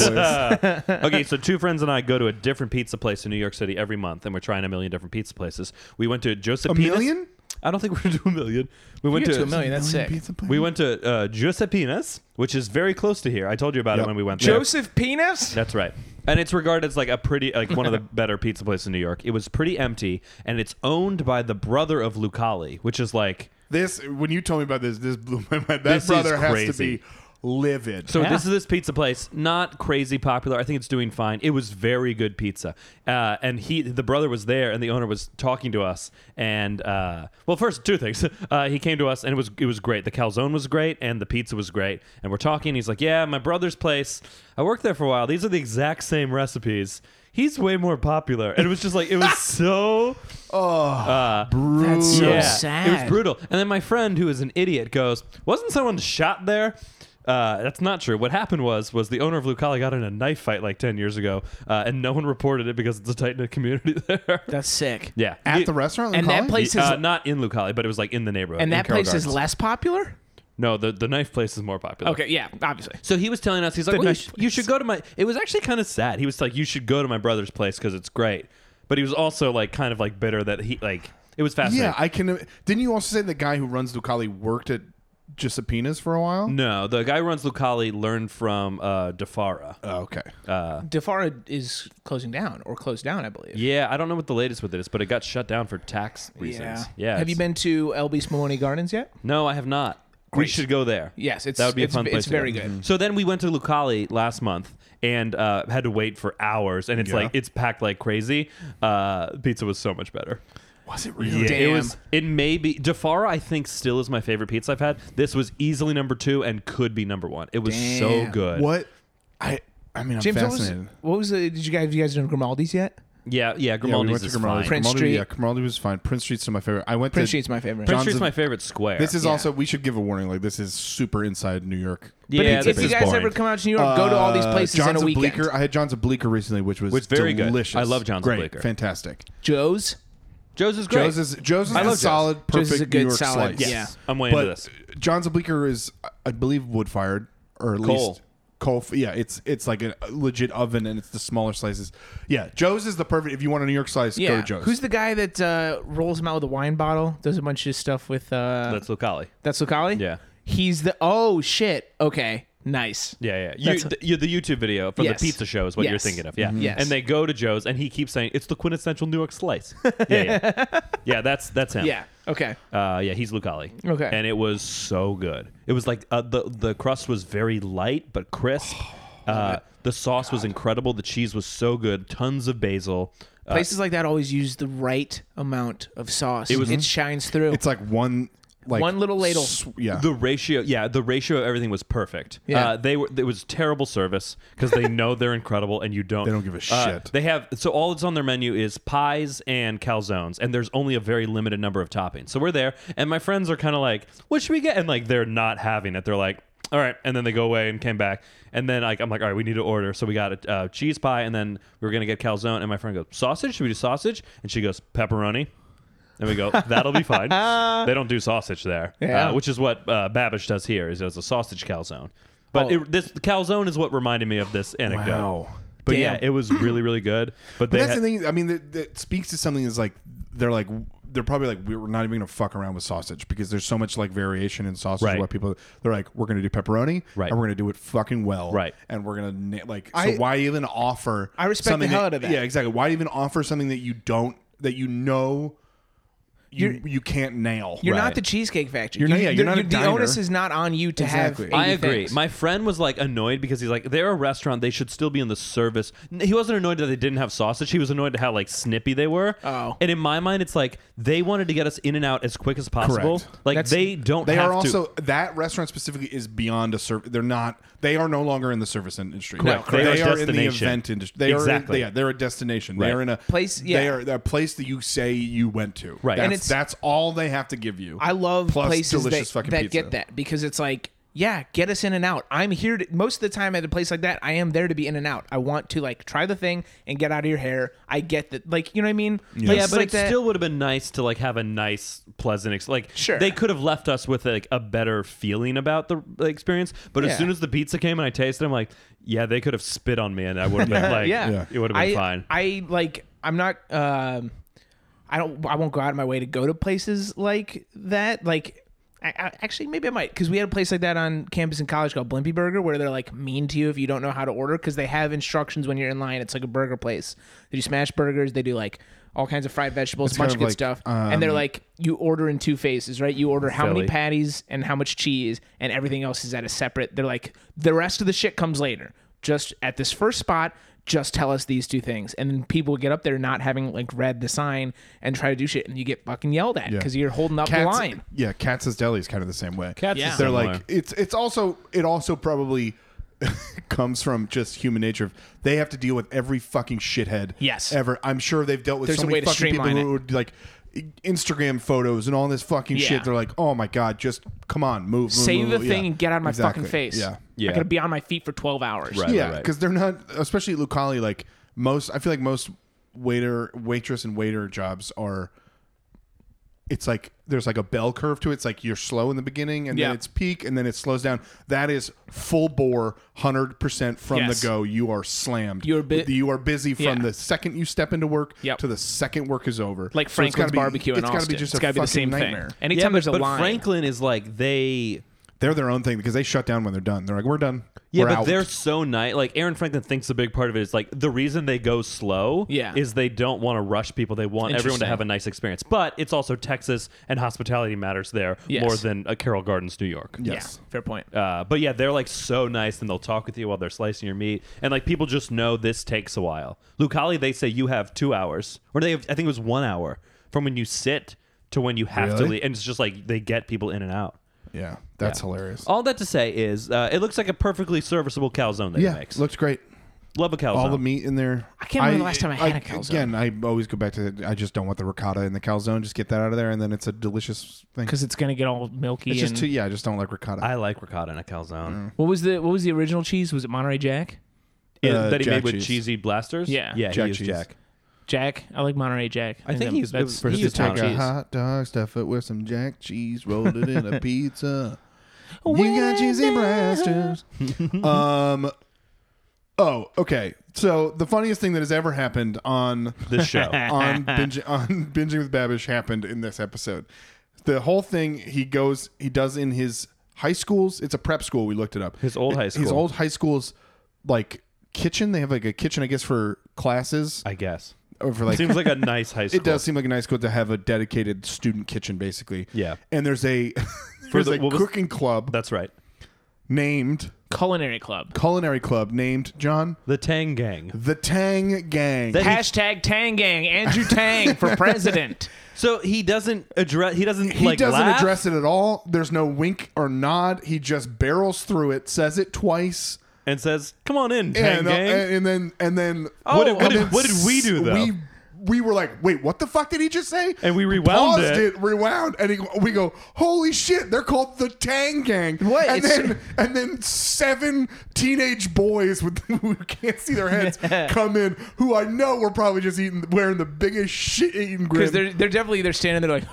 Speaker 1: okay, so two friends and I go to a different pizza place in New York City every month, and we're trying a million different pizza places. We went to Giuseppe's.
Speaker 2: million?
Speaker 1: I don't think we're gonna do a million. We went
Speaker 3: Get to a million, that's sick.
Speaker 2: Pizza place.
Speaker 1: We went to uh, Giuseppe's, which is very close to here. I told you about it
Speaker 2: Yep.
Speaker 1: when we went there.
Speaker 3: Joseph Penis?
Speaker 1: That's right. And it's regarded as like a pretty, like one of the better pizza places in New York. It was pretty empty, and it's owned by the brother of Lucali, which is like.
Speaker 2: This when you told me about this, this blew my mind. That
Speaker 1: This is
Speaker 2: brother has
Speaker 1: crazy.
Speaker 2: to be livid.
Speaker 1: So this is this pizza place, not crazy popular. I think it's doing fine. It was very good pizza, uh, and he, the brother, was there, and the owner was talking to us. And uh, well, first two things. Uh, he came to us, and it was it was great. The calzone was great, and the pizza was great. And we're talking. He's like, "Yeah, my brother's place. I worked there for a while. These are the exact same recipes." He's way more popular, and it was just like it was so
Speaker 3: That's so
Speaker 1: It was brutal. And then my friend, who is an idiot, goes, "Wasn't someone shot there?" Uh, that's not true. What happened was was the owner of Lucali got in a knife fight like ten years ago, uh, and no one reported it because it's a tight knit community there.
Speaker 3: That's sick.
Speaker 1: yeah,
Speaker 2: At
Speaker 1: It-
Speaker 2: the restaurant,
Speaker 3: And that
Speaker 2: Lucali?
Speaker 3: place is
Speaker 1: uh, not in Lucali, but it was like in the neighborhood.
Speaker 3: and
Speaker 1: in
Speaker 3: that
Speaker 1: Carroll
Speaker 3: place is
Speaker 1: Gardens.
Speaker 3: less popular?
Speaker 1: no, the the knife place is more popular.
Speaker 3: Okay, yeah, obviously.
Speaker 1: So he was telling us, he's like,
Speaker 3: The
Speaker 1: well, you,
Speaker 3: knife
Speaker 1: sh-
Speaker 3: place.
Speaker 1: you should go to my. It was actually kind of sad. He was like, you should go to my brother's place because it's great. But he was also like, kind of like bitter that he like it was fascinating.
Speaker 2: Yeah, I can. Didn't you also say the guy who runs Ducati worked at Giuseppina's for a while?
Speaker 1: No, the guy who runs Lucali learned from uh, Defara.
Speaker 2: Oh, okay.
Speaker 1: uh,
Speaker 3: Defara is closing down or closed down, I believe.
Speaker 1: Yeah, I don't know what the latest with it is, but it got shut down for tax reasons. Yeah.
Speaker 3: Have you
Speaker 1: it's-
Speaker 3: been to LB Smolny Gardens yet?
Speaker 1: No, I have not. We should go there.
Speaker 3: Yes, it's-
Speaker 1: that would be
Speaker 3: it's-
Speaker 1: a fun place.
Speaker 3: it's
Speaker 1: to go. Mm-hmm.
Speaker 3: very good.
Speaker 1: So then we went to Lucali last month and uh, had to wait for hours, and it's
Speaker 2: Yeah.
Speaker 1: like it's packed like crazy. Uh, pizza was so much better.
Speaker 2: Was it really?
Speaker 1: It was. It may be Defara. I think still is my favorite pizza I've had. This was easily number two and could be number one. It was so
Speaker 3: Damn.
Speaker 1: good.
Speaker 2: What? I I mean, I'm
Speaker 3: James, what was,
Speaker 2: fascinated.
Speaker 3: what was the? Did you guys have you guys done Grimaldi's yet?
Speaker 1: Yeah, yeah.
Speaker 2: Yeah, we
Speaker 1: Grimaldi's
Speaker 2: went to
Speaker 1: is
Speaker 2: Grimaldi.
Speaker 1: fine.
Speaker 3: Prince
Speaker 2: Grimaldi-
Speaker 3: Street.
Speaker 2: Yeah, Grimaldi was fine. Prince Street's still my favorite. I went to
Speaker 3: Prince Street's my favorite.
Speaker 1: Prince
Speaker 2: John's
Speaker 1: Street's
Speaker 2: a-
Speaker 1: my favorite square.
Speaker 2: This is
Speaker 3: Yeah.
Speaker 2: also we should give a warning. Like this is super inside New York.
Speaker 1: Yeah,
Speaker 3: but if,
Speaker 1: this
Speaker 3: if you
Speaker 1: is
Speaker 3: guys
Speaker 1: boring.
Speaker 3: ever come out to New York, go to all these
Speaker 2: Uh,
Speaker 3: places
Speaker 2: John's
Speaker 3: in a weekend.
Speaker 2: Bleecker. I had John's a Bleecker recently, which was
Speaker 1: Which is very good.
Speaker 2: delicious.
Speaker 1: I love John's
Speaker 2: Great,
Speaker 1: Bleecker.
Speaker 2: Fantastic.
Speaker 3: Joe's.
Speaker 1: Joe's is great.
Speaker 2: Joe's is Joe's is
Speaker 1: I
Speaker 2: a
Speaker 1: love Joe's.
Speaker 2: solid,
Speaker 3: Joe's
Speaker 2: perfect
Speaker 3: is a good
Speaker 2: New York
Speaker 3: solid-
Speaker 2: slice.
Speaker 3: yeah.
Speaker 1: yes, I'm way
Speaker 2: but
Speaker 1: into this.
Speaker 2: John's Bleecker is, I believe, wood fired or at
Speaker 1: Coal.
Speaker 2: least coal. f- Yeah, it's it's like a legit oven, and it's the smaller slices. Yeah, Joe's is the perfect. If you want a New York slice, go
Speaker 3: Yeah.
Speaker 2: to Joe's.
Speaker 3: Who's the guy that uh, rolls him out with a wine bottle? Does a bunch of stuff with. Uh,
Speaker 1: That's Lucali.
Speaker 3: that's Lucali.
Speaker 1: Yeah.
Speaker 3: He's the. Oh shit. Okay. Nice.
Speaker 1: Yeah, yeah. You,
Speaker 3: That's-
Speaker 1: the, you, the YouTube video from
Speaker 3: Yes.
Speaker 1: the pizza show is what you're
Speaker 3: Yes.
Speaker 1: thinking of. Yeah.
Speaker 3: Mhm. Yes.
Speaker 1: And they go to Joe's, and he keeps saying it's the quintessential New York slice. yeah, yeah. yeah. That's that's him.
Speaker 3: Yeah. Okay.
Speaker 1: Uh, yeah, he's Lucali.
Speaker 3: Okay.
Speaker 1: And it was so good. It was like uh, the the crust was very light but crisp. uh, the sauce was incredible. The cheese was so good. Tons of basil. Uh,
Speaker 3: Places like that always use the right amount of sauce. It,
Speaker 1: was-
Speaker 3: shines through.
Speaker 2: It's like one like
Speaker 3: One little ladle.
Speaker 2: yeah.
Speaker 1: The ratio, yeah, the ratio of everything was perfect.
Speaker 3: Yeah.
Speaker 1: uh, they were. It was terrible service because they know they're incredible, and you don't.
Speaker 2: They don't give a
Speaker 1: Uh,
Speaker 2: shit.
Speaker 1: They have so all that's on their menu is pies and calzones, and there's only a very limited number of toppings. So we're there, and my friends are kind of like, "What should we get?" And like they're not having it. They're like. All right, and then they go away and came back, and then like I'm like, all right, we need to order. So we got a uh, cheese pie, and then we were gonna get calzone. And my friend goes, sausage? Should we do sausage? And she goes, pepperoni. And we go, that'll be fine. they don't do sausage there,
Speaker 3: Yeah.
Speaker 1: uh, which is what uh, Babish does here. Is does a sausage calzone, but
Speaker 3: Oh.
Speaker 1: it, this calzone is what reminded me of this anecdote.
Speaker 2: Wow.
Speaker 1: But
Speaker 3: Damn.
Speaker 1: yeah, it was really really good. But,
Speaker 2: But
Speaker 1: they
Speaker 2: that's
Speaker 1: had-
Speaker 2: the thing. I mean, that, that speaks to something. Is like they're like they're probably like we're not even gonna fuck around with sausage because there's so much like variation in sausage.
Speaker 1: Right.
Speaker 2: What people they're like we're gonna do pepperoni,
Speaker 1: Right.
Speaker 2: And we're gonna do it fucking well,
Speaker 1: Right.
Speaker 2: And we're gonna na- like so
Speaker 3: I-
Speaker 2: why even offer?
Speaker 3: I respect the
Speaker 2: something
Speaker 3: hell out of that.
Speaker 2: Yeah, exactly. Why even offer something that you don't that you know you
Speaker 3: You're-
Speaker 2: you're, you can not nail?
Speaker 3: You're
Speaker 1: Right.
Speaker 3: not the Cheesecake Factory.
Speaker 2: You're not- yeah, you're not a
Speaker 3: the
Speaker 2: diner.
Speaker 3: onus is not on you to
Speaker 2: Exactly.
Speaker 3: have. 80
Speaker 1: I agree.
Speaker 3: things.
Speaker 1: My friend was like annoyed because he's like, they're a restaurant. They should still be in the service. N- He wasn't annoyed that they didn't have sausage. He was annoyed at how like snippy they were.
Speaker 3: Oh.
Speaker 1: And in my mind, it's like they wanted to get us in and out as quick as possible.
Speaker 2: Correct.
Speaker 1: Like
Speaker 3: That's-
Speaker 1: they don't.
Speaker 2: They
Speaker 1: have
Speaker 2: are
Speaker 1: to-
Speaker 2: also that restaurant specifically is beyond a service. They're not. They are no longer in the service industry.
Speaker 1: Correct.
Speaker 2: They,
Speaker 1: They are a
Speaker 2: are, in the
Speaker 1: destination.
Speaker 2: event industry. They
Speaker 1: Exactly.
Speaker 2: Are, yeah, they're a destination. They
Speaker 1: Right.
Speaker 2: are in a
Speaker 3: Place-
Speaker 2: They
Speaker 3: yeah.
Speaker 2: are they're a place that you say you went to.
Speaker 1: Right.
Speaker 2: That's,
Speaker 1: And
Speaker 2: and
Speaker 3: it's-
Speaker 2: that's all they have to give you.
Speaker 3: I love
Speaker 2: Plus
Speaker 3: places
Speaker 2: delicious
Speaker 3: that,
Speaker 2: fucking
Speaker 3: that
Speaker 2: pizza.
Speaker 3: get that because it's like, yeah, get us in and out. I'm here to, most of the time at a place like that. I am there to be in and out. I want to like try the thing and get out of your hair. I get that, like you know what I mean. Yeah,
Speaker 1: Yeah, but it still would have been nice to like have a nice, pleasant, ex- like
Speaker 3: Sure.
Speaker 1: they could have left us with like a better feeling about the the experience. But
Speaker 3: Yeah.
Speaker 1: as soon as the pizza came and I tasted, it, I'm like, yeah, they could have spit on me and I would have been like,
Speaker 3: yeah.
Speaker 1: it would have been
Speaker 3: I,
Speaker 1: fine.
Speaker 3: I like. I'm not. Um, I don't. I won't go out of my way to go to places like that. Like, I, I, actually, maybe I might because we had a place like that on campus in college called Blimpy Burger, where they're like mean to you if you don't know how to order because they have instructions when you're in line. It's like a burger place. They do smash burgers. They do like. All kinds of fried vegetables, a
Speaker 2: kind
Speaker 3: bunch of
Speaker 2: of
Speaker 3: good
Speaker 2: like,
Speaker 3: stuff, and
Speaker 2: Um,
Speaker 3: they're like, you order in two phases, right? You order how
Speaker 1: Philly.
Speaker 3: many patties and how much cheese, and everything else is at a separate. They're like, the rest of the shit comes later just at this first spot just tell us these two things and then people get up there not having like read the sign and try to do shit and you get fucking yelled at because you're holding up the
Speaker 2: Cats-
Speaker 3: line
Speaker 2: Yeah, Katz's Deli is kind of the same way.
Speaker 1: Katz is Yeah.
Speaker 2: they're
Speaker 1: similar.
Speaker 2: like it's it's also it also probably comes from just human nature of they have to deal with every fucking shithead
Speaker 3: Yes.
Speaker 2: ever. I'm sure they've dealt with
Speaker 3: There's
Speaker 2: so
Speaker 3: a
Speaker 2: many
Speaker 3: way to
Speaker 2: fucking people
Speaker 3: streamline
Speaker 2: who would like Instagram photos and all this fucking
Speaker 3: Yeah.
Speaker 2: shit. They're like, oh my god, just come on, move, move
Speaker 3: save
Speaker 2: move,
Speaker 3: the
Speaker 2: move."
Speaker 3: thing
Speaker 2: Yeah.
Speaker 3: and get out of my
Speaker 2: Exactly.
Speaker 3: fucking face
Speaker 2: Yeah,
Speaker 1: Yeah.
Speaker 3: i gotta be on my feet for 12 hours
Speaker 1: Right.
Speaker 2: yeah, because they're not, especially at Lucali. Like most, I feel like most waiter, waitress, and waiter jobs are. It's like there's like a bell curve to it. It's like you're slow in the beginning, and
Speaker 3: Yeah.
Speaker 2: then it's peak, and then it slows down. That is full bore, hundred percent from
Speaker 3: Yes.
Speaker 2: the go. You are slammed.
Speaker 3: You're bu-
Speaker 2: you are busy from
Speaker 3: Yeah.
Speaker 2: the second you step into work
Speaker 3: Yep.
Speaker 2: to the second work is over. So
Speaker 3: like
Speaker 2: it's
Speaker 3: franklin's
Speaker 2: gotta be-
Speaker 3: barbecue in
Speaker 2: it's
Speaker 3: austin
Speaker 2: gotta be just
Speaker 3: it's
Speaker 2: a
Speaker 3: gotta be the
Speaker 2: fucking
Speaker 3: same
Speaker 2: nightmare.
Speaker 3: thing anytime
Speaker 1: but,
Speaker 3: there's a
Speaker 1: but
Speaker 3: line
Speaker 1: Franklin is like they
Speaker 2: They're their own thing because they shut down when they're done. They're like, we're done.
Speaker 1: Yeah,
Speaker 2: we're
Speaker 1: but
Speaker 2: out.
Speaker 1: they're so nice. Like Aaron Franklin thinks a big part of it is like the reason they go slow
Speaker 3: Yeah.
Speaker 1: is they don't want to rush people. They want everyone to have a nice experience. But it's also Texas and hospitality matters there
Speaker 3: Yes.
Speaker 1: more than a Carroll Gardens, New York.
Speaker 2: Yes.
Speaker 3: Yeah, fair point.
Speaker 1: Uh, but yeah, they're like so nice, and they'll talk with you while they're slicing your meat, and like people just know this takes a while. Lucali, they say you have two hours, or they have, I think it was one hour from when you sit to when you have to
Speaker 2: Really?
Speaker 1: leave, and it's just like they get people in and out.
Speaker 2: Yeah, that's hilarious.
Speaker 1: All that to say is, uh, it looks like a perfectly serviceable calzone that
Speaker 2: yeah,
Speaker 1: he makes.
Speaker 2: looks great.
Speaker 1: Love a calzone.
Speaker 2: All the meat in there. I
Speaker 3: can't remember the last time I had a calzone.
Speaker 2: Again, I always go back to the, I just don't want the ricotta in the calzone. Just get that out of there, and then it's a delicious thing.
Speaker 3: Because it's gonna get all milky.
Speaker 2: It's just
Speaker 3: and-
Speaker 2: too. Yeah, I just don't like ricotta.
Speaker 1: I like ricotta in a
Speaker 2: Mm.
Speaker 1: calzone
Speaker 3: what was the What was the original cheese? Was it Monterey Jack?
Speaker 1: It-
Speaker 2: Uh,
Speaker 1: that he
Speaker 2: Jack
Speaker 1: made with
Speaker 2: cheese.
Speaker 1: cheesy blasters.
Speaker 3: Yeah.
Speaker 1: yeah,
Speaker 2: Jack
Speaker 1: he is
Speaker 2: cheese.
Speaker 1: Jack.
Speaker 3: Jack. I like Monterey Jack.
Speaker 1: I think
Speaker 3: that-
Speaker 1: he's-
Speaker 3: that's
Speaker 1: it was-
Speaker 2: Just
Speaker 1: he
Speaker 3: he's
Speaker 1: was
Speaker 3: top
Speaker 2: take a
Speaker 3: cheese.
Speaker 2: hot dog, stuff it with some jack cheese, roll it in a pizza. You got cheesy blasters. um. Oh, okay. So the funniest thing that has ever happened on
Speaker 1: This show.
Speaker 2: on binging on binging with Babish happened in this episode. The whole thing he goes he does in his high schools. It's a prep school. We looked it up.
Speaker 1: His old high
Speaker 2: His
Speaker 1: school.
Speaker 2: old high school's like kitchen. They have like a kitchen, I guess, for classes.
Speaker 1: I guess
Speaker 2: or for like
Speaker 1: seems like a nice high school.
Speaker 2: it does seem like a nice school to have a dedicated student kitchen, basically.
Speaker 1: Yeah.
Speaker 2: And there's a there's
Speaker 1: the-
Speaker 2: a
Speaker 1: what was-
Speaker 2: cooking club
Speaker 1: That's right.
Speaker 2: named
Speaker 3: Culinary Club.
Speaker 2: Culinary Club named John
Speaker 1: The Tang Gang.
Speaker 2: the Tang Gang.
Speaker 1: That-
Speaker 3: Hashtag Tang Gang. Andrew Tang for president.
Speaker 1: So he doesn't address. He doesn't.
Speaker 2: he
Speaker 1: like,
Speaker 2: doesn't
Speaker 1: laugh?
Speaker 2: address it at all. There's no wink or nod. He just barrels through it, says it twice,
Speaker 1: and says, "Come on in, Tang
Speaker 2: and, uh,
Speaker 1: Gang."
Speaker 2: and, and then and then
Speaker 1: Oh, What did- what
Speaker 2: and
Speaker 1: did-
Speaker 2: then
Speaker 1: what did we do, though?
Speaker 2: We, we were like, wait, what the fuck did he just say?
Speaker 1: And we rewound
Speaker 2: Paused
Speaker 1: it.
Speaker 2: rewound, and he, we go, holy shit, they're called the Tang Gang.
Speaker 3: What?
Speaker 2: And
Speaker 3: It's-
Speaker 2: then and then seven teenage boys with who can't see their heads come in, who I know were probably just eating wearing the biggest shit eating grin.
Speaker 3: Because they're they're definitely they're standing there like.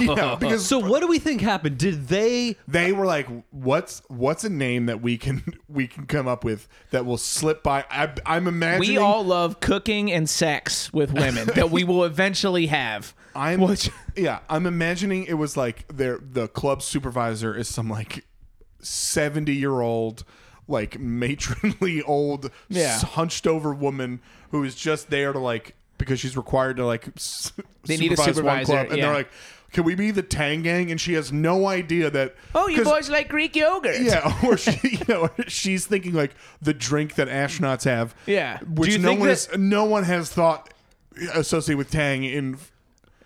Speaker 2: yeah, because
Speaker 1: so what do we think happened? Did they?
Speaker 2: they were like what's what's a name that we can we can come up with that will slip by I, i'm imagining
Speaker 3: We all love cooking and sex with women that we will eventually have.
Speaker 2: i'm yeah i'm imagining it was like their the club supervisor is some like 70 year old like matronly old
Speaker 3: Yeah.
Speaker 2: s- hunched over woman who is just there to like because she's required to like s-
Speaker 3: They need a
Speaker 2: one
Speaker 3: supervisor,
Speaker 2: club and
Speaker 3: yeah.
Speaker 2: they're like can we be the tang gang and she has no idea that
Speaker 3: Oh, you
Speaker 2: 'cause-
Speaker 3: boys like Greek yogurt?
Speaker 2: Yeah, or she, you know, she's thinking like the drink that astronauts have.
Speaker 3: Yeah. Do
Speaker 2: which
Speaker 3: you
Speaker 2: no
Speaker 3: think
Speaker 2: one
Speaker 3: that-
Speaker 2: has, no one has thought associated with Tang in.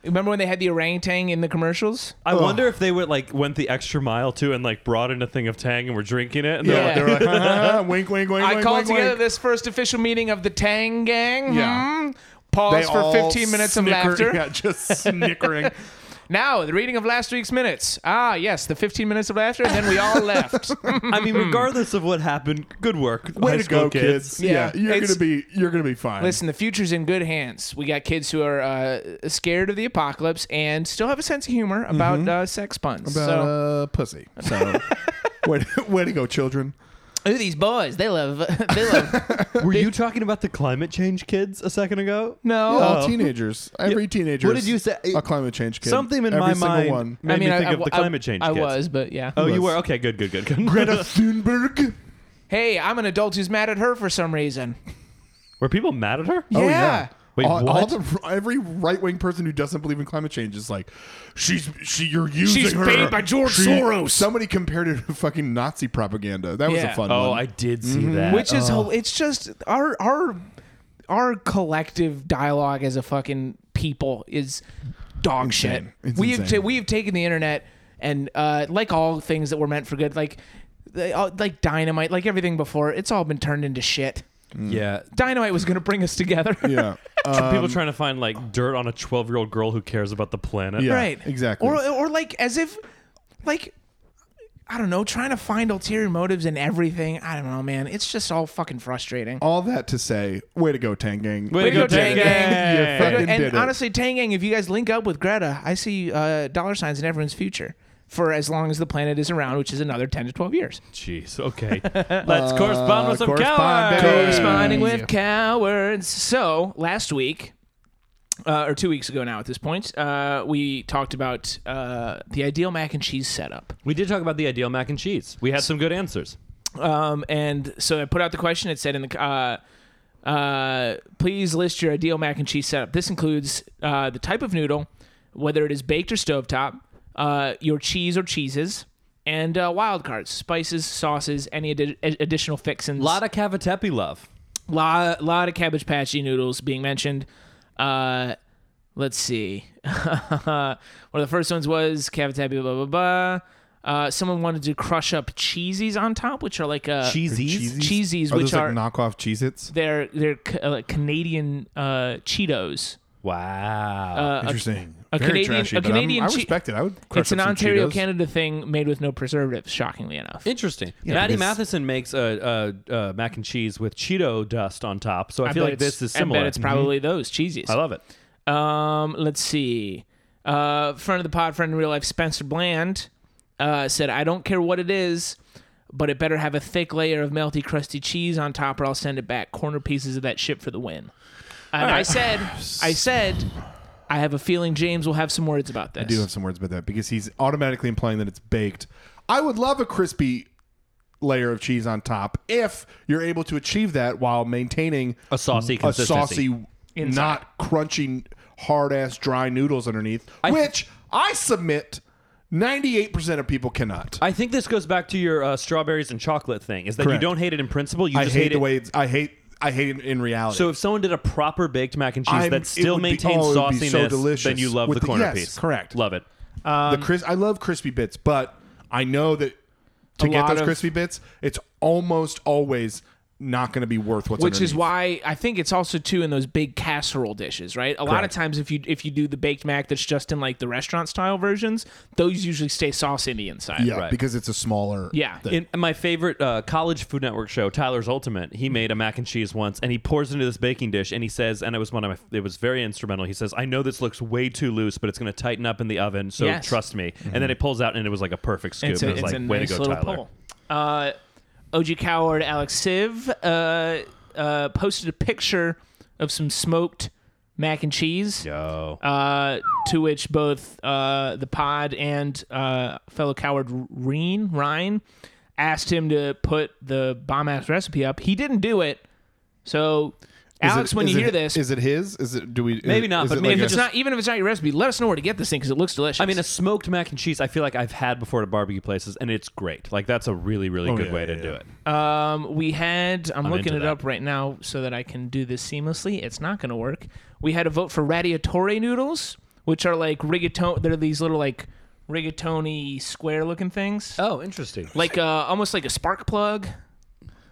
Speaker 3: Remember when they had the orangutan in the commercials?
Speaker 1: I wonder if they would like went the extra mile too and like brought in a thing of Tang and were drinking it. And they're
Speaker 2: Yeah,
Speaker 1: like,
Speaker 2: they're like, "Ah, wink, wink, wink.
Speaker 3: I
Speaker 2: wink,
Speaker 3: called
Speaker 2: wink,
Speaker 3: together
Speaker 2: wink."
Speaker 3: this first official meeting of the Tang Gang.
Speaker 2: Yeah.
Speaker 3: hmm. Pause
Speaker 2: They
Speaker 3: for
Speaker 2: all
Speaker 3: 15 minutes of
Speaker 2: snicker-
Speaker 3: laughter.
Speaker 2: Yeah, just snickering.
Speaker 3: Now, the reading of last week's minutes. Ah, yes, the 15 minutes of laughter, and then we all left.
Speaker 1: I mean, regardless of what happened, good work,
Speaker 2: Way
Speaker 1: high
Speaker 2: to
Speaker 1: school
Speaker 2: go,
Speaker 1: kids.
Speaker 2: kids. Yeah,
Speaker 3: Yeah,
Speaker 2: you're
Speaker 3: it's-
Speaker 2: gonna be you're gonna be fine.
Speaker 3: Listen, the future's in good hands. We got kids who are uh, scared of the apocalypse and still have a sense of humor about
Speaker 1: Mm-hmm.
Speaker 3: uh, sex puns.
Speaker 2: about
Speaker 3: so,
Speaker 2: uh, pussy. So, way, to- way to go, children.
Speaker 1: uh,
Speaker 3: Ooh, these boys, they love, they love.
Speaker 1: Were you talking about the climate change kids a second ago?
Speaker 3: No,
Speaker 2: All teenagers, every teenager.
Speaker 1: What did you say?
Speaker 2: A climate change kid.
Speaker 1: Something in
Speaker 2: every
Speaker 1: my
Speaker 2: single
Speaker 1: mind
Speaker 2: One.
Speaker 1: made
Speaker 3: I mean,
Speaker 1: me
Speaker 3: I,
Speaker 1: think
Speaker 3: I-
Speaker 1: of the
Speaker 3: I-
Speaker 1: climate change
Speaker 3: I
Speaker 1: kids.
Speaker 3: was, but yeah.
Speaker 1: Oh, you
Speaker 2: was.
Speaker 1: were okay. Good, good, good. good.
Speaker 2: Greta Thunberg.
Speaker 3: Hey, I'm an adult who's mad at her for some reason.
Speaker 1: were people mad at her?
Speaker 2: Oh,
Speaker 3: yeah.
Speaker 1: Wait,
Speaker 2: all,
Speaker 1: what?
Speaker 2: all the, every right wing person who doesn't believe in climate change is like, she's she. You're using
Speaker 3: She's
Speaker 2: her.
Speaker 3: paid by George Soros.
Speaker 2: Somebody compared it to fucking Nazi propaganda. That was
Speaker 3: Yeah.
Speaker 2: a fun
Speaker 1: Oh,
Speaker 2: one.
Speaker 1: I did see
Speaker 2: Mm-hmm.
Speaker 1: that.
Speaker 3: Which is hel- it's just our our our collective dialogue as a fucking people is dog
Speaker 2: Insane.
Speaker 3: shit.
Speaker 2: It's
Speaker 3: we have
Speaker 2: insane.
Speaker 3: ta- we have taken the internet and uh, like all things that were meant for good, like they all- like dynamite, like everything before, it's all been turned into shit.
Speaker 1: yeah.
Speaker 3: Dynamite was gonna bring us together.
Speaker 2: yeah. Uh,
Speaker 1: people trying to find like dirt on a 12 year old girl who cares about the planet.
Speaker 2: Yeah,
Speaker 3: right
Speaker 2: exactly.
Speaker 3: or or like as if like i don't know trying to find ulterior motives in everything i don't know man it's just all fucking frustrating
Speaker 2: all that to say, way to go, Tang Gang.
Speaker 1: Way to
Speaker 2: You
Speaker 1: go,
Speaker 2: did
Speaker 1: Tang
Speaker 2: it.
Speaker 1: Gang.
Speaker 2: You
Speaker 1: Way to go-
Speaker 2: fucking
Speaker 3: and
Speaker 2: did it.
Speaker 3: honestly tang gang if you guys link up with greta i see uh, dollar signs in everyone's future for as long as the planet is around which is another 10 to 12 years
Speaker 1: Jeez. Okay. Let's correspond with some
Speaker 2: correspond,
Speaker 1: cowards.
Speaker 2: baby.
Speaker 3: corresponding with cowards so last week uh, or two weeks ago now at this point, uh, we talked about uh, the ideal mac and cheese setup.
Speaker 1: We did talk about the ideal mac and cheese. We had some good answers.
Speaker 3: Um, and so I put out the question. It said in the uh, uh, please list your ideal mac and cheese setup. This includes uh, the type of noodle, whether it is baked or stovetop, uh, your cheese or cheeses, and uh, wild cards, spices, sauces, any addi- ad- additional fixins.
Speaker 1: A lot of cavatepi love.
Speaker 3: lot, lot of cabbage patchy noodles being mentioned. Uh, let's see. One of the first ones was cavitabi, blah blah blah. Uh, someone wanted to crush up cheesies on top, which are like a
Speaker 1: Cheesies.
Speaker 3: Cheesies,
Speaker 2: are those
Speaker 3: which
Speaker 2: like
Speaker 3: are-
Speaker 2: knockoff Cheez-Its?
Speaker 3: they're they're ca- uh, like Canadian uh, Cheetos.
Speaker 1: Wow.
Speaker 2: Interesting.
Speaker 3: a
Speaker 2: Very
Speaker 3: Canadian-
Speaker 2: trashy,
Speaker 3: a
Speaker 2: but I'm-
Speaker 3: Canadian
Speaker 2: I
Speaker 3: che-
Speaker 2: respect it. I would. Crush
Speaker 3: it's an
Speaker 2: up some
Speaker 3: Ontario,
Speaker 2: Cheetos.
Speaker 3: Canada thing made with no preservatives. Shockingly enough,
Speaker 1: Interesting.
Speaker 2: Yeah,
Speaker 1: Maddie
Speaker 2: because-
Speaker 1: Matheson makes a, a, a mac and cheese with Cheeto dust on top, so I, feel
Speaker 3: bet
Speaker 1: like this
Speaker 3: it's-
Speaker 1: is similar. Mm-hmm.
Speaker 3: I bet it's probably those cheesies.
Speaker 1: I love it.
Speaker 3: Um, let's see. Uh, friend of the pod, friend in real life, Spencer Bland, uh, said, "I don't care what it is, but it better have a thick layer of melty, crusty cheese on top, or I'll send it back. Corner pieces of that shit for the win." And I said, I said, I have a feeling James will have some words about this.
Speaker 2: I do have some words about that because he's automatically implying that it's baked. I would love a crispy layer of cheese on top if you're able to achieve that while maintaining
Speaker 1: A saucy
Speaker 2: a
Speaker 1: consistency.
Speaker 2: saucy,
Speaker 3: Inside.
Speaker 2: not crunchy, hard ass dry noodles underneath, which I submit 98% of people cannot.
Speaker 1: I think this goes back to your uh, strawberries and chocolate thing. Is that
Speaker 2: Correct.
Speaker 1: you don't hate it in principle, you
Speaker 2: I,
Speaker 1: just
Speaker 2: hate,
Speaker 1: hate
Speaker 2: the
Speaker 1: it.
Speaker 2: way it's, I hate. I hate it in reality.
Speaker 1: so if someone did a proper baked mac and cheese
Speaker 2: I'm-
Speaker 1: that
Speaker 2: it
Speaker 1: still
Speaker 2: would be-
Speaker 1: maintains
Speaker 2: oh, it would be
Speaker 1: sauciness,
Speaker 2: so delicious
Speaker 1: then you love
Speaker 2: with
Speaker 1: the
Speaker 2: the-
Speaker 1: corner
Speaker 2: yes,
Speaker 1: piece.
Speaker 2: correct.
Speaker 1: Love it. um,
Speaker 2: the cris- I love crispy bits, but I know that to
Speaker 3: A
Speaker 2: get
Speaker 3: lot
Speaker 2: those
Speaker 3: of-
Speaker 2: crispy bits, it's almost always not going to be worth what's
Speaker 3: which is
Speaker 2: underneath.
Speaker 3: why I think it's also too in those big casserole dishes, right? A lot of times, if you if you do the baked mac that's just in like the restaurant style versions, those usually stay sauce in the inside.
Speaker 2: Yeah,
Speaker 1: Right.
Speaker 2: because it's a smaller.
Speaker 3: Yeah.
Speaker 2: thing.
Speaker 1: In my favorite uh, college Food Network show, Tyler's Ultimate, he made a mac and cheese once, and he pours into this baking dish, and he says, and it was one of my, it was very instrumental. He says, "I know this looks way too loose, but it's going to tighten up in the oven, so
Speaker 3: Yes.
Speaker 1: trust me."
Speaker 2: Mm-hmm.
Speaker 1: And then it pulls out, and it was like a perfect scoop.
Speaker 3: It's
Speaker 1: and
Speaker 3: a,
Speaker 1: I was
Speaker 3: it's
Speaker 1: like,
Speaker 3: a
Speaker 1: "Way
Speaker 3: nice
Speaker 1: to go,
Speaker 3: little
Speaker 1: Tyler!"
Speaker 3: poll. Uh, OG Coward, Alex Siv, uh, uh, posted a picture of some smoked mac and cheese.
Speaker 1: Yo.
Speaker 3: Uh, to which both uh, the pod and uh, fellow coward Reen Ryan asked him to put the bomb ass recipe up. He didn't do it. So,
Speaker 2: Is
Speaker 3: Alex,
Speaker 2: it-
Speaker 3: when you
Speaker 2: is
Speaker 3: hear
Speaker 2: it-
Speaker 3: this,
Speaker 2: is it his? Is it? Do we? is
Speaker 1: Maybe
Speaker 2: it-
Speaker 1: not,
Speaker 2: is
Speaker 1: but
Speaker 2: it
Speaker 1: maybe
Speaker 2: like
Speaker 3: if
Speaker 2: a-
Speaker 3: it's not, even if it's not your recipe, let us know where to get this thing because it looks delicious.
Speaker 1: I mean, a smoked mac and cheese. I feel like I've had before at barbecue places, and it's great. Like that's a really, really good
Speaker 2: Oh, yeah,
Speaker 1: way to
Speaker 2: yeah,
Speaker 1: do
Speaker 2: yeah.
Speaker 1: it.
Speaker 3: Um, we had. I'm, looking
Speaker 1: into
Speaker 3: it
Speaker 1: that.
Speaker 3: up right now so that I can do this seamlessly. It's not going to work. We had a vote for radiatore noodles, which are like rigatoni. They're these little like rigatoni square-looking things,
Speaker 1: Oh, interesting.
Speaker 3: like uh, almost like a spark plug.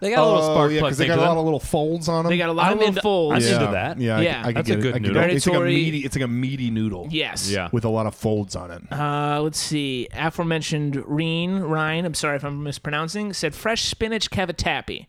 Speaker 1: They got a little
Speaker 2: Oh
Speaker 1: spark
Speaker 2: yeah,
Speaker 1: plug
Speaker 2: because they
Speaker 1: thing
Speaker 2: got
Speaker 1: to
Speaker 2: a lot
Speaker 1: them.
Speaker 2: of little folds on them.
Speaker 3: They got a lot
Speaker 1: I'm
Speaker 3: of little
Speaker 1: into-
Speaker 3: folds.
Speaker 1: I'm
Speaker 2: yeah.
Speaker 1: into that.
Speaker 2: Yeah,
Speaker 3: Yeah.
Speaker 2: I, I could
Speaker 1: That's a
Speaker 2: get it.
Speaker 1: good
Speaker 2: I could
Speaker 1: noodle.
Speaker 2: get it. It's like a
Speaker 3: Predatory-
Speaker 2: meaty. It's like a meaty noodle.
Speaker 3: Yes.
Speaker 1: Yeah.
Speaker 2: with a lot of folds on it.
Speaker 3: Uh, let's see. Aforementioned Reen Ryan. I'm sorry if I'm mispronouncing. Said fresh spinach cavatappi.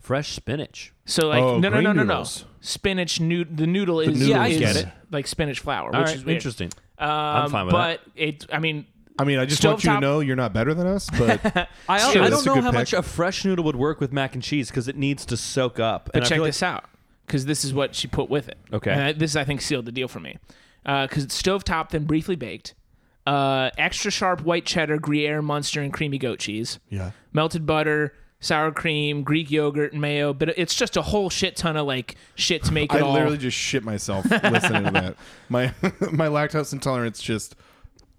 Speaker 1: Fresh spinach.
Speaker 3: So like
Speaker 2: Oh,
Speaker 3: no no
Speaker 2: green
Speaker 3: no no
Speaker 2: noodles.
Speaker 3: no spinach nood the noodle is
Speaker 1: noodle
Speaker 3: is
Speaker 1: is- Yeah, I get it.
Speaker 3: like spinach flour
Speaker 1: All
Speaker 3: which
Speaker 1: right,
Speaker 3: is weird.
Speaker 1: interesting.
Speaker 3: Um,
Speaker 1: fine with
Speaker 3: but it, I mean,
Speaker 2: I mean, I just want you
Speaker 3: Stovetop-
Speaker 2: to know you're not better than us, but
Speaker 1: I,
Speaker 3: Sure,
Speaker 1: I
Speaker 3: that's
Speaker 1: don't
Speaker 2: a
Speaker 1: know
Speaker 2: good
Speaker 1: how
Speaker 2: pick.
Speaker 1: much a fresh noodle would work with mac and cheese because it needs to soak up.
Speaker 3: but
Speaker 1: and I
Speaker 3: check
Speaker 1: feel like-
Speaker 3: this out because this is what she put with it.
Speaker 1: Okay.
Speaker 3: And I- this I think sealed the deal for me because it's stovetop, then briefly baked, uh, extra sharp white cheddar, Gruyere, Munster, and creamy goat cheese.
Speaker 2: yeah,
Speaker 3: melted butter, sour cream, Greek yogurt, and mayo. But it's just a whole shit ton of like shit to make it
Speaker 2: I
Speaker 3: all.
Speaker 2: literally just shit myself listening to that. My my lactose intolerance just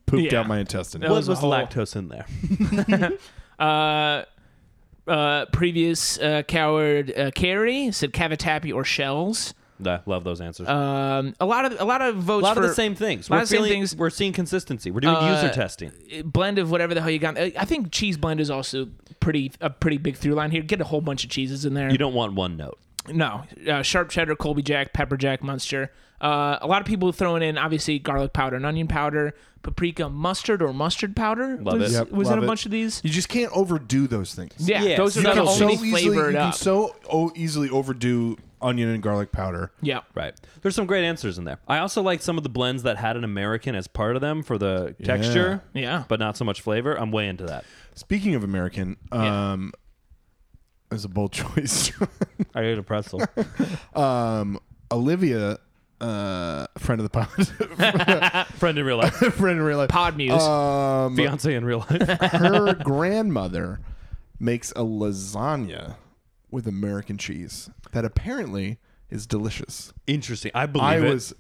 Speaker 2: pooped
Speaker 3: Yeah.
Speaker 2: out my intestine.
Speaker 3: That
Speaker 1: What
Speaker 3: was
Speaker 1: was,
Speaker 3: a whole-
Speaker 1: lactose in there?
Speaker 3: uh, uh, previous uh, coward uh, Carrie said cavatappi or shells.
Speaker 1: Nah, love those answers.
Speaker 3: Um, a lot of a lot of votes.
Speaker 1: a lot of
Speaker 3: for-
Speaker 1: the same things.
Speaker 3: A lot
Speaker 1: We're
Speaker 3: of the same
Speaker 1: feeling-
Speaker 3: things. Uh,
Speaker 1: We're seeing consistency. We're doing user testing.
Speaker 3: blend of whatever the hell you got. I I think cheese blend is also pretty a pretty big through line here. Get a whole bunch of cheeses in there.
Speaker 1: You don't want one note.
Speaker 3: no uh, sharp cheddar, Colby Jack, pepper jack, Munster. Uh, a lot of people throwing in obviously garlic powder and onion powder, paprika, mustard or mustard powder.
Speaker 1: Love
Speaker 3: was
Speaker 1: it.
Speaker 2: Yep,
Speaker 3: was in
Speaker 2: love
Speaker 3: a
Speaker 2: it.
Speaker 3: bunch of these.
Speaker 2: You just can't overdo those things.
Speaker 3: Yeah,
Speaker 1: Yes.
Speaker 3: those are
Speaker 1: You
Speaker 3: the
Speaker 1: can
Speaker 3: only
Speaker 1: so
Speaker 3: flavored uh,
Speaker 2: you can
Speaker 3: up.
Speaker 2: so o- easily overdo onion and garlic powder.
Speaker 3: yeah.
Speaker 1: Right. There's some great answers in there. I also like some of the blends that had an American as part of them for the texture,
Speaker 3: Yeah.
Speaker 1: but not so much flavor. I'm way into that.
Speaker 2: Speaking of American, um, it was a bold choice.
Speaker 1: I ate a pretzel.
Speaker 2: um, Olivia uh, friend of the pod,
Speaker 1: Friend in real life,
Speaker 2: friend in real life,
Speaker 3: Pod Muse.
Speaker 2: Um,
Speaker 1: fiance in real life.
Speaker 2: her grandmother makes a lasagna with American cheese that apparently is delicious.
Speaker 1: Interesting. I believe
Speaker 2: I
Speaker 1: it.
Speaker 2: was,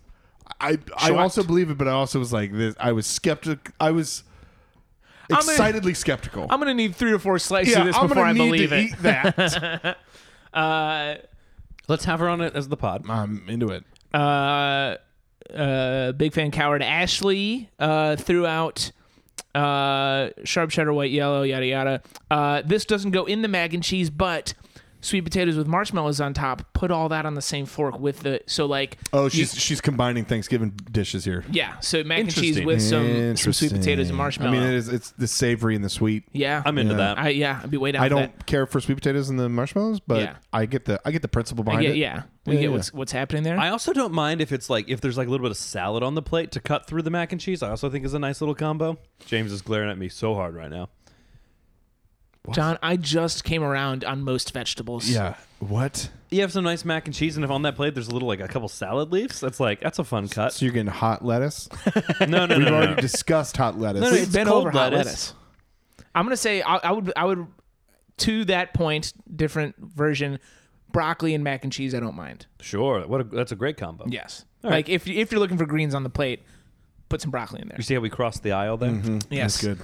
Speaker 2: I I also believe it, but I also was like this. I was skeptic. I was
Speaker 3: I'm gonna-
Speaker 2: excitedly skeptical.
Speaker 3: I'm gonna need three or four slices
Speaker 2: yeah,
Speaker 3: of this
Speaker 2: I'm
Speaker 3: before
Speaker 2: gonna
Speaker 3: I
Speaker 2: need
Speaker 3: believe
Speaker 2: to
Speaker 3: it.
Speaker 2: eat that.
Speaker 1: Let's have her on it as the pod.
Speaker 2: I'm into it.
Speaker 3: uh, uh, big fan coward Ashley uh, threw out uh, sharp cheddar, white, yellow, yada yada. Uh, this doesn't go in the mac and cheese, but sweet potatoes with marshmallows on top. Put all that on the same fork with the so like
Speaker 2: Oh, she's she's combining Thanksgiving dishes here.
Speaker 3: yeah. So mac and cheese
Speaker 1: Interesting.
Speaker 3: with some some
Speaker 2: Interesting.
Speaker 3: sweet potatoes and marshmallow.
Speaker 2: I mean, it is it's the savory and the sweet.
Speaker 3: yeah,
Speaker 1: I'm into that.
Speaker 3: I, yeah, I'd be way down.
Speaker 2: I
Speaker 3: for
Speaker 2: don't care for sweet potatoes and the marshmallows, but
Speaker 3: Yeah.
Speaker 2: I get the I get the principle
Speaker 3: That. I
Speaker 2: behind
Speaker 3: get,
Speaker 2: it.
Speaker 3: yeah, we
Speaker 2: Yeah,
Speaker 3: get
Speaker 2: yeah.
Speaker 3: what's what's happening there.
Speaker 1: I also don't mind if it's like if there's like a little bit of salad on the plate to cut through the mac and cheese. I also think is a nice little combo. James is glaring at me so hard right now.
Speaker 3: John, I just came around on most vegetables.
Speaker 2: Yeah. What?
Speaker 1: You have some nice mac and cheese, and if on that plate there's a little like a couple salad leaves, that's like that's a fun cut.
Speaker 2: So you're getting hot lettuce?
Speaker 1: No, no, no,
Speaker 2: We've
Speaker 1: no,
Speaker 2: already
Speaker 1: no.
Speaker 2: discussed hot lettuce.
Speaker 1: No, no,
Speaker 3: We've
Speaker 1: it's
Speaker 3: been
Speaker 1: cold
Speaker 3: over hot
Speaker 1: lettuce.
Speaker 3: lettuce. I'm gonna say I, I would I would to that point different version broccoli and mac and cheese I don't mind.
Speaker 1: Sure, what a, that's a great combo.
Speaker 3: Yes,
Speaker 1: All right.
Speaker 3: like if if you're looking for greens on the plate, put some broccoli in there.
Speaker 1: You see how we crossed the aisle there?
Speaker 2: Mm-hmm.
Speaker 3: Yes,
Speaker 2: good.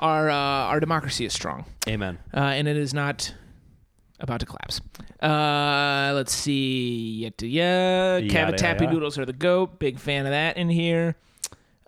Speaker 3: Our uh, our democracy is strong,
Speaker 1: Amen.
Speaker 3: uh, and it is not about to collapse. Uh, let's see, yeah, yeah,
Speaker 1: Yada,
Speaker 3: Cabot Tappy
Speaker 1: yada.
Speaker 3: Noodles are the goat. Big fan of that in here.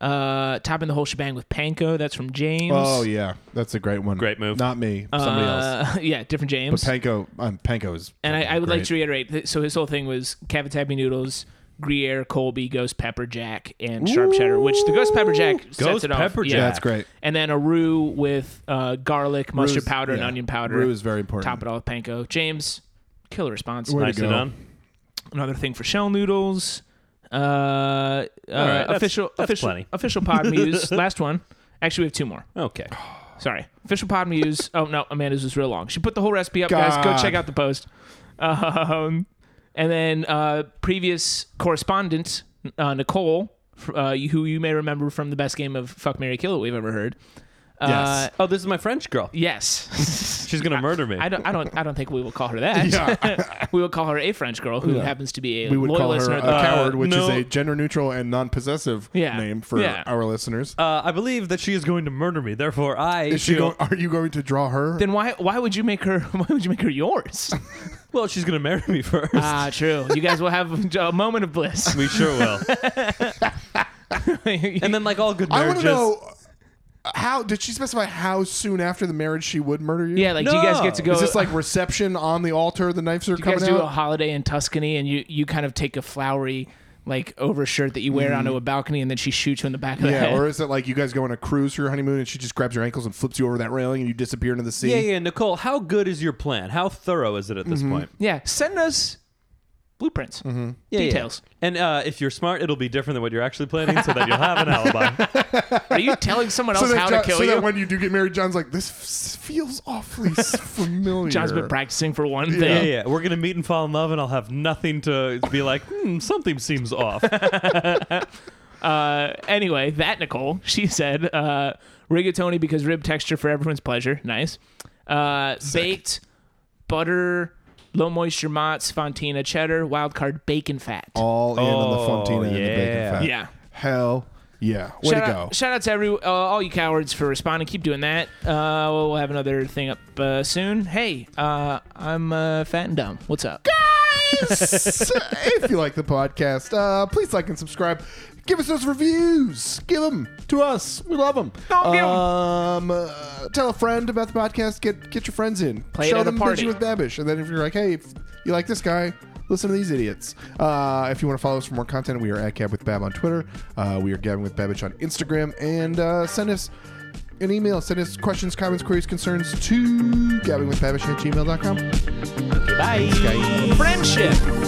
Speaker 3: Uh, topping the whole shebang with panko. That's from James.
Speaker 2: Oh yeah, that's a great one.
Speaker 1: Great move.
Speaker 2: Not me. Somebody else.
Speaker 3: Uh, yeah, different
Speaker 2: But
Speaker 3: James.
Speaker 2: panko, um, panko is.
Speaker 3: And I, I would like
Speaker 2: great.
Speaker 3: to reiterate. That, so his whole thing was cavatappi noodles, Gruyere, Colby, Ghost Pepper Jack, and sharp cheddar. Which the Ghost Pepper Jack
Speaker 1: Ghost
Speaker 3: sets it off.
Speaker 1: pepper
Speaker 3: Yeah.
Speaker 1: jack.
Speaker 2: That's great.
Speaker 3: And then a roux with uh, garlic,
Speaker 2: Roux
Speaker 3: mustard
Speaker 2: is-
Speaker 3: powder, and
Speaker 2: yeah.
Speaker 3: onion powder.
Speaker 2: Roux is very important.
Speaker 3: Top it all with panko. James, killer response.
Speaker 2: Way to
Speaker 1: Nicely
Speaker 2: go.
Speaker 1: done.
Speaker 3: Another thing for shell noodles. Uh, uh,
Speaker 1: that's-
Speaker 3: official,
Speaker 1: that's
Speaker 3: official,
Speaker 1: plenty.
Speaker 3: official pod muse. Last one. Actually, we have two more.
Speaker 1: Okay.
Speaker 3: Sorry. Official Pod Muse. Oh, no. Amanda's was real long. She put the whole recipe up, guys.
Speaker 2: God.
Speaker 3: Go check out the post. Um, and then uh, previous correspondent, uh, Nicole, f- uh, who you may remember from the best game of Fuck Mary Kill that we've ever heard. Uh,
Speaker 1: oh, this is my French girl.
Speaker 3: yes.
Speaker 1: She's gonna murder me.
Speaker 3: I don't, I don't. I don't think we will call her that. we will call her a French girl who happens to be a
Speaker 2: We would
Speaker 3: loyal
Speaker 2: call her
Speaker 3: listener.
Speaker 2: a
Speaker 3: of the-
Speaker 2: coward,
Speaker 3: Uh,
Speaker 2: which
Speaker 1: no.
Speaker 2: is a gender neutral and non possessive
Speaker 3: Yeah.
Speaker 2: name for
Speaker 3: Yeah.
Speaker 2: our listeners.
Speaker 1: uh, I believe that she is going to murder me. Therefore, I
Speaker 2: is she
Speaker 1: feel-
Speaker 2: going, are you going to draw her?
Speaker 3: then why? Why would you make her? Why would you make her yours?
Speaker 1: Well, she's gonna marry me first.
Speaker 3: ah, true. You guys will have a moment of bliss.
Speaker 1: we sure will. and then, like all good
Speaker 2: I
Speaker 1: marriages,
Speaker 2: want to know uh, how did she specify how soon after the marriage she would murder you?
Speaker 3: Yeah, like do you guys get to
Speaker 1: No.
Speaker 3: go?
Speaker 2: is this like reception on the altar? The knives are
Speaker 3: you
Speaker 2: coming
Speaker 3: guys do a
Speaker 2: out.
Speaker 3: holiday in Tuscany, and you you kind of take a flowery like overshirt that you wear onto a balcony, and then she shoots you in the back of the
Speaker 2: Mm-hmm. yeah,
Speaker 3: head.
Speaker 2: or is it like you guys go on a cruise for your honeymoon and she just grabs your ankles and flips you over that railing and you disappear into the sea?
Speaker 1: Yeah, yeah, Nicole, how good is your plan? How thorough is it at this point?
Speaker 3: yeah, send us blueprints,
Speaker 2: Mm-hmm.
Speaker 1: Yeah, yeah.
Speaker 3: details.
Speaker 1: And uh, if you're smart, it'll be different than what you're actually planning, so that you'll have an alibi.
Speaker 3: Are you telling someone else
Speaker 2: So, that,
Speaker 3: how
Speaker 2: John-
Speaker 3: to kill
Speaker 2: so
Speaker 3: you?
Speaker 2: that when you do get married, John's like, this f- feels awfully s- familiar.
Speaker 3: John's been practicing for one thing.
Speaker 1: yeah, yeah. We're gonna meet and fall in love, and I'll have nothing to be like. Hmm, something seems off.
Speaker 3: Uh, anyway, that Nicole, she said uh, rigatoni because rib texture for everyone's pleasure. Nice. Uh, baked butter, low moisture mozz, fontina cheddar, wild card bacon fat.
Speaker 2: All in on
Speaker 1: Oh,
Speaker 2: the fontina and the bacon
Speaker 1: yeah.
Speaker 2: fat.
Speaker 3: Yeah.
Speaker 2: Hell yeah. Way
Speaker 3: shout
Speaker 2: to
Speaker 3: out,
Speaker 2: go.
Speaker 3: Shout out to every uh, all you cowards for responding. Keep doing that. Uh, we'll, we'll have another thing up uh, soon. Hey, uh, I'm uh, fat and dumb. What's up?
Speaker 2: if you like the podcast, uh, please like and subscribe. Give us those reviews. Give them to us. We love them.
Speaker 3: Don't give 'em.
Speaker 2: um, uh, tell a friend about the podcast. Get get your friends in.
Speaker 3: Play it
Speaker 2: Show
Speaker 3: at a
Speaker 2: them
Speaker 3: party.
Speaker 2: Bitching with Babish. And then if you're like, hey, if you like this guy, listen to these idiots. Uh, if you want to follow us for more content, we are at Gab with Bab on Twitter. Uh, we are Gabbing with Babbage on Instagram. And uh, send us an email. Send us questions, comments, queries, concerns to gabbingwithbabish at gmail.com.
Speaker 3: Friendship.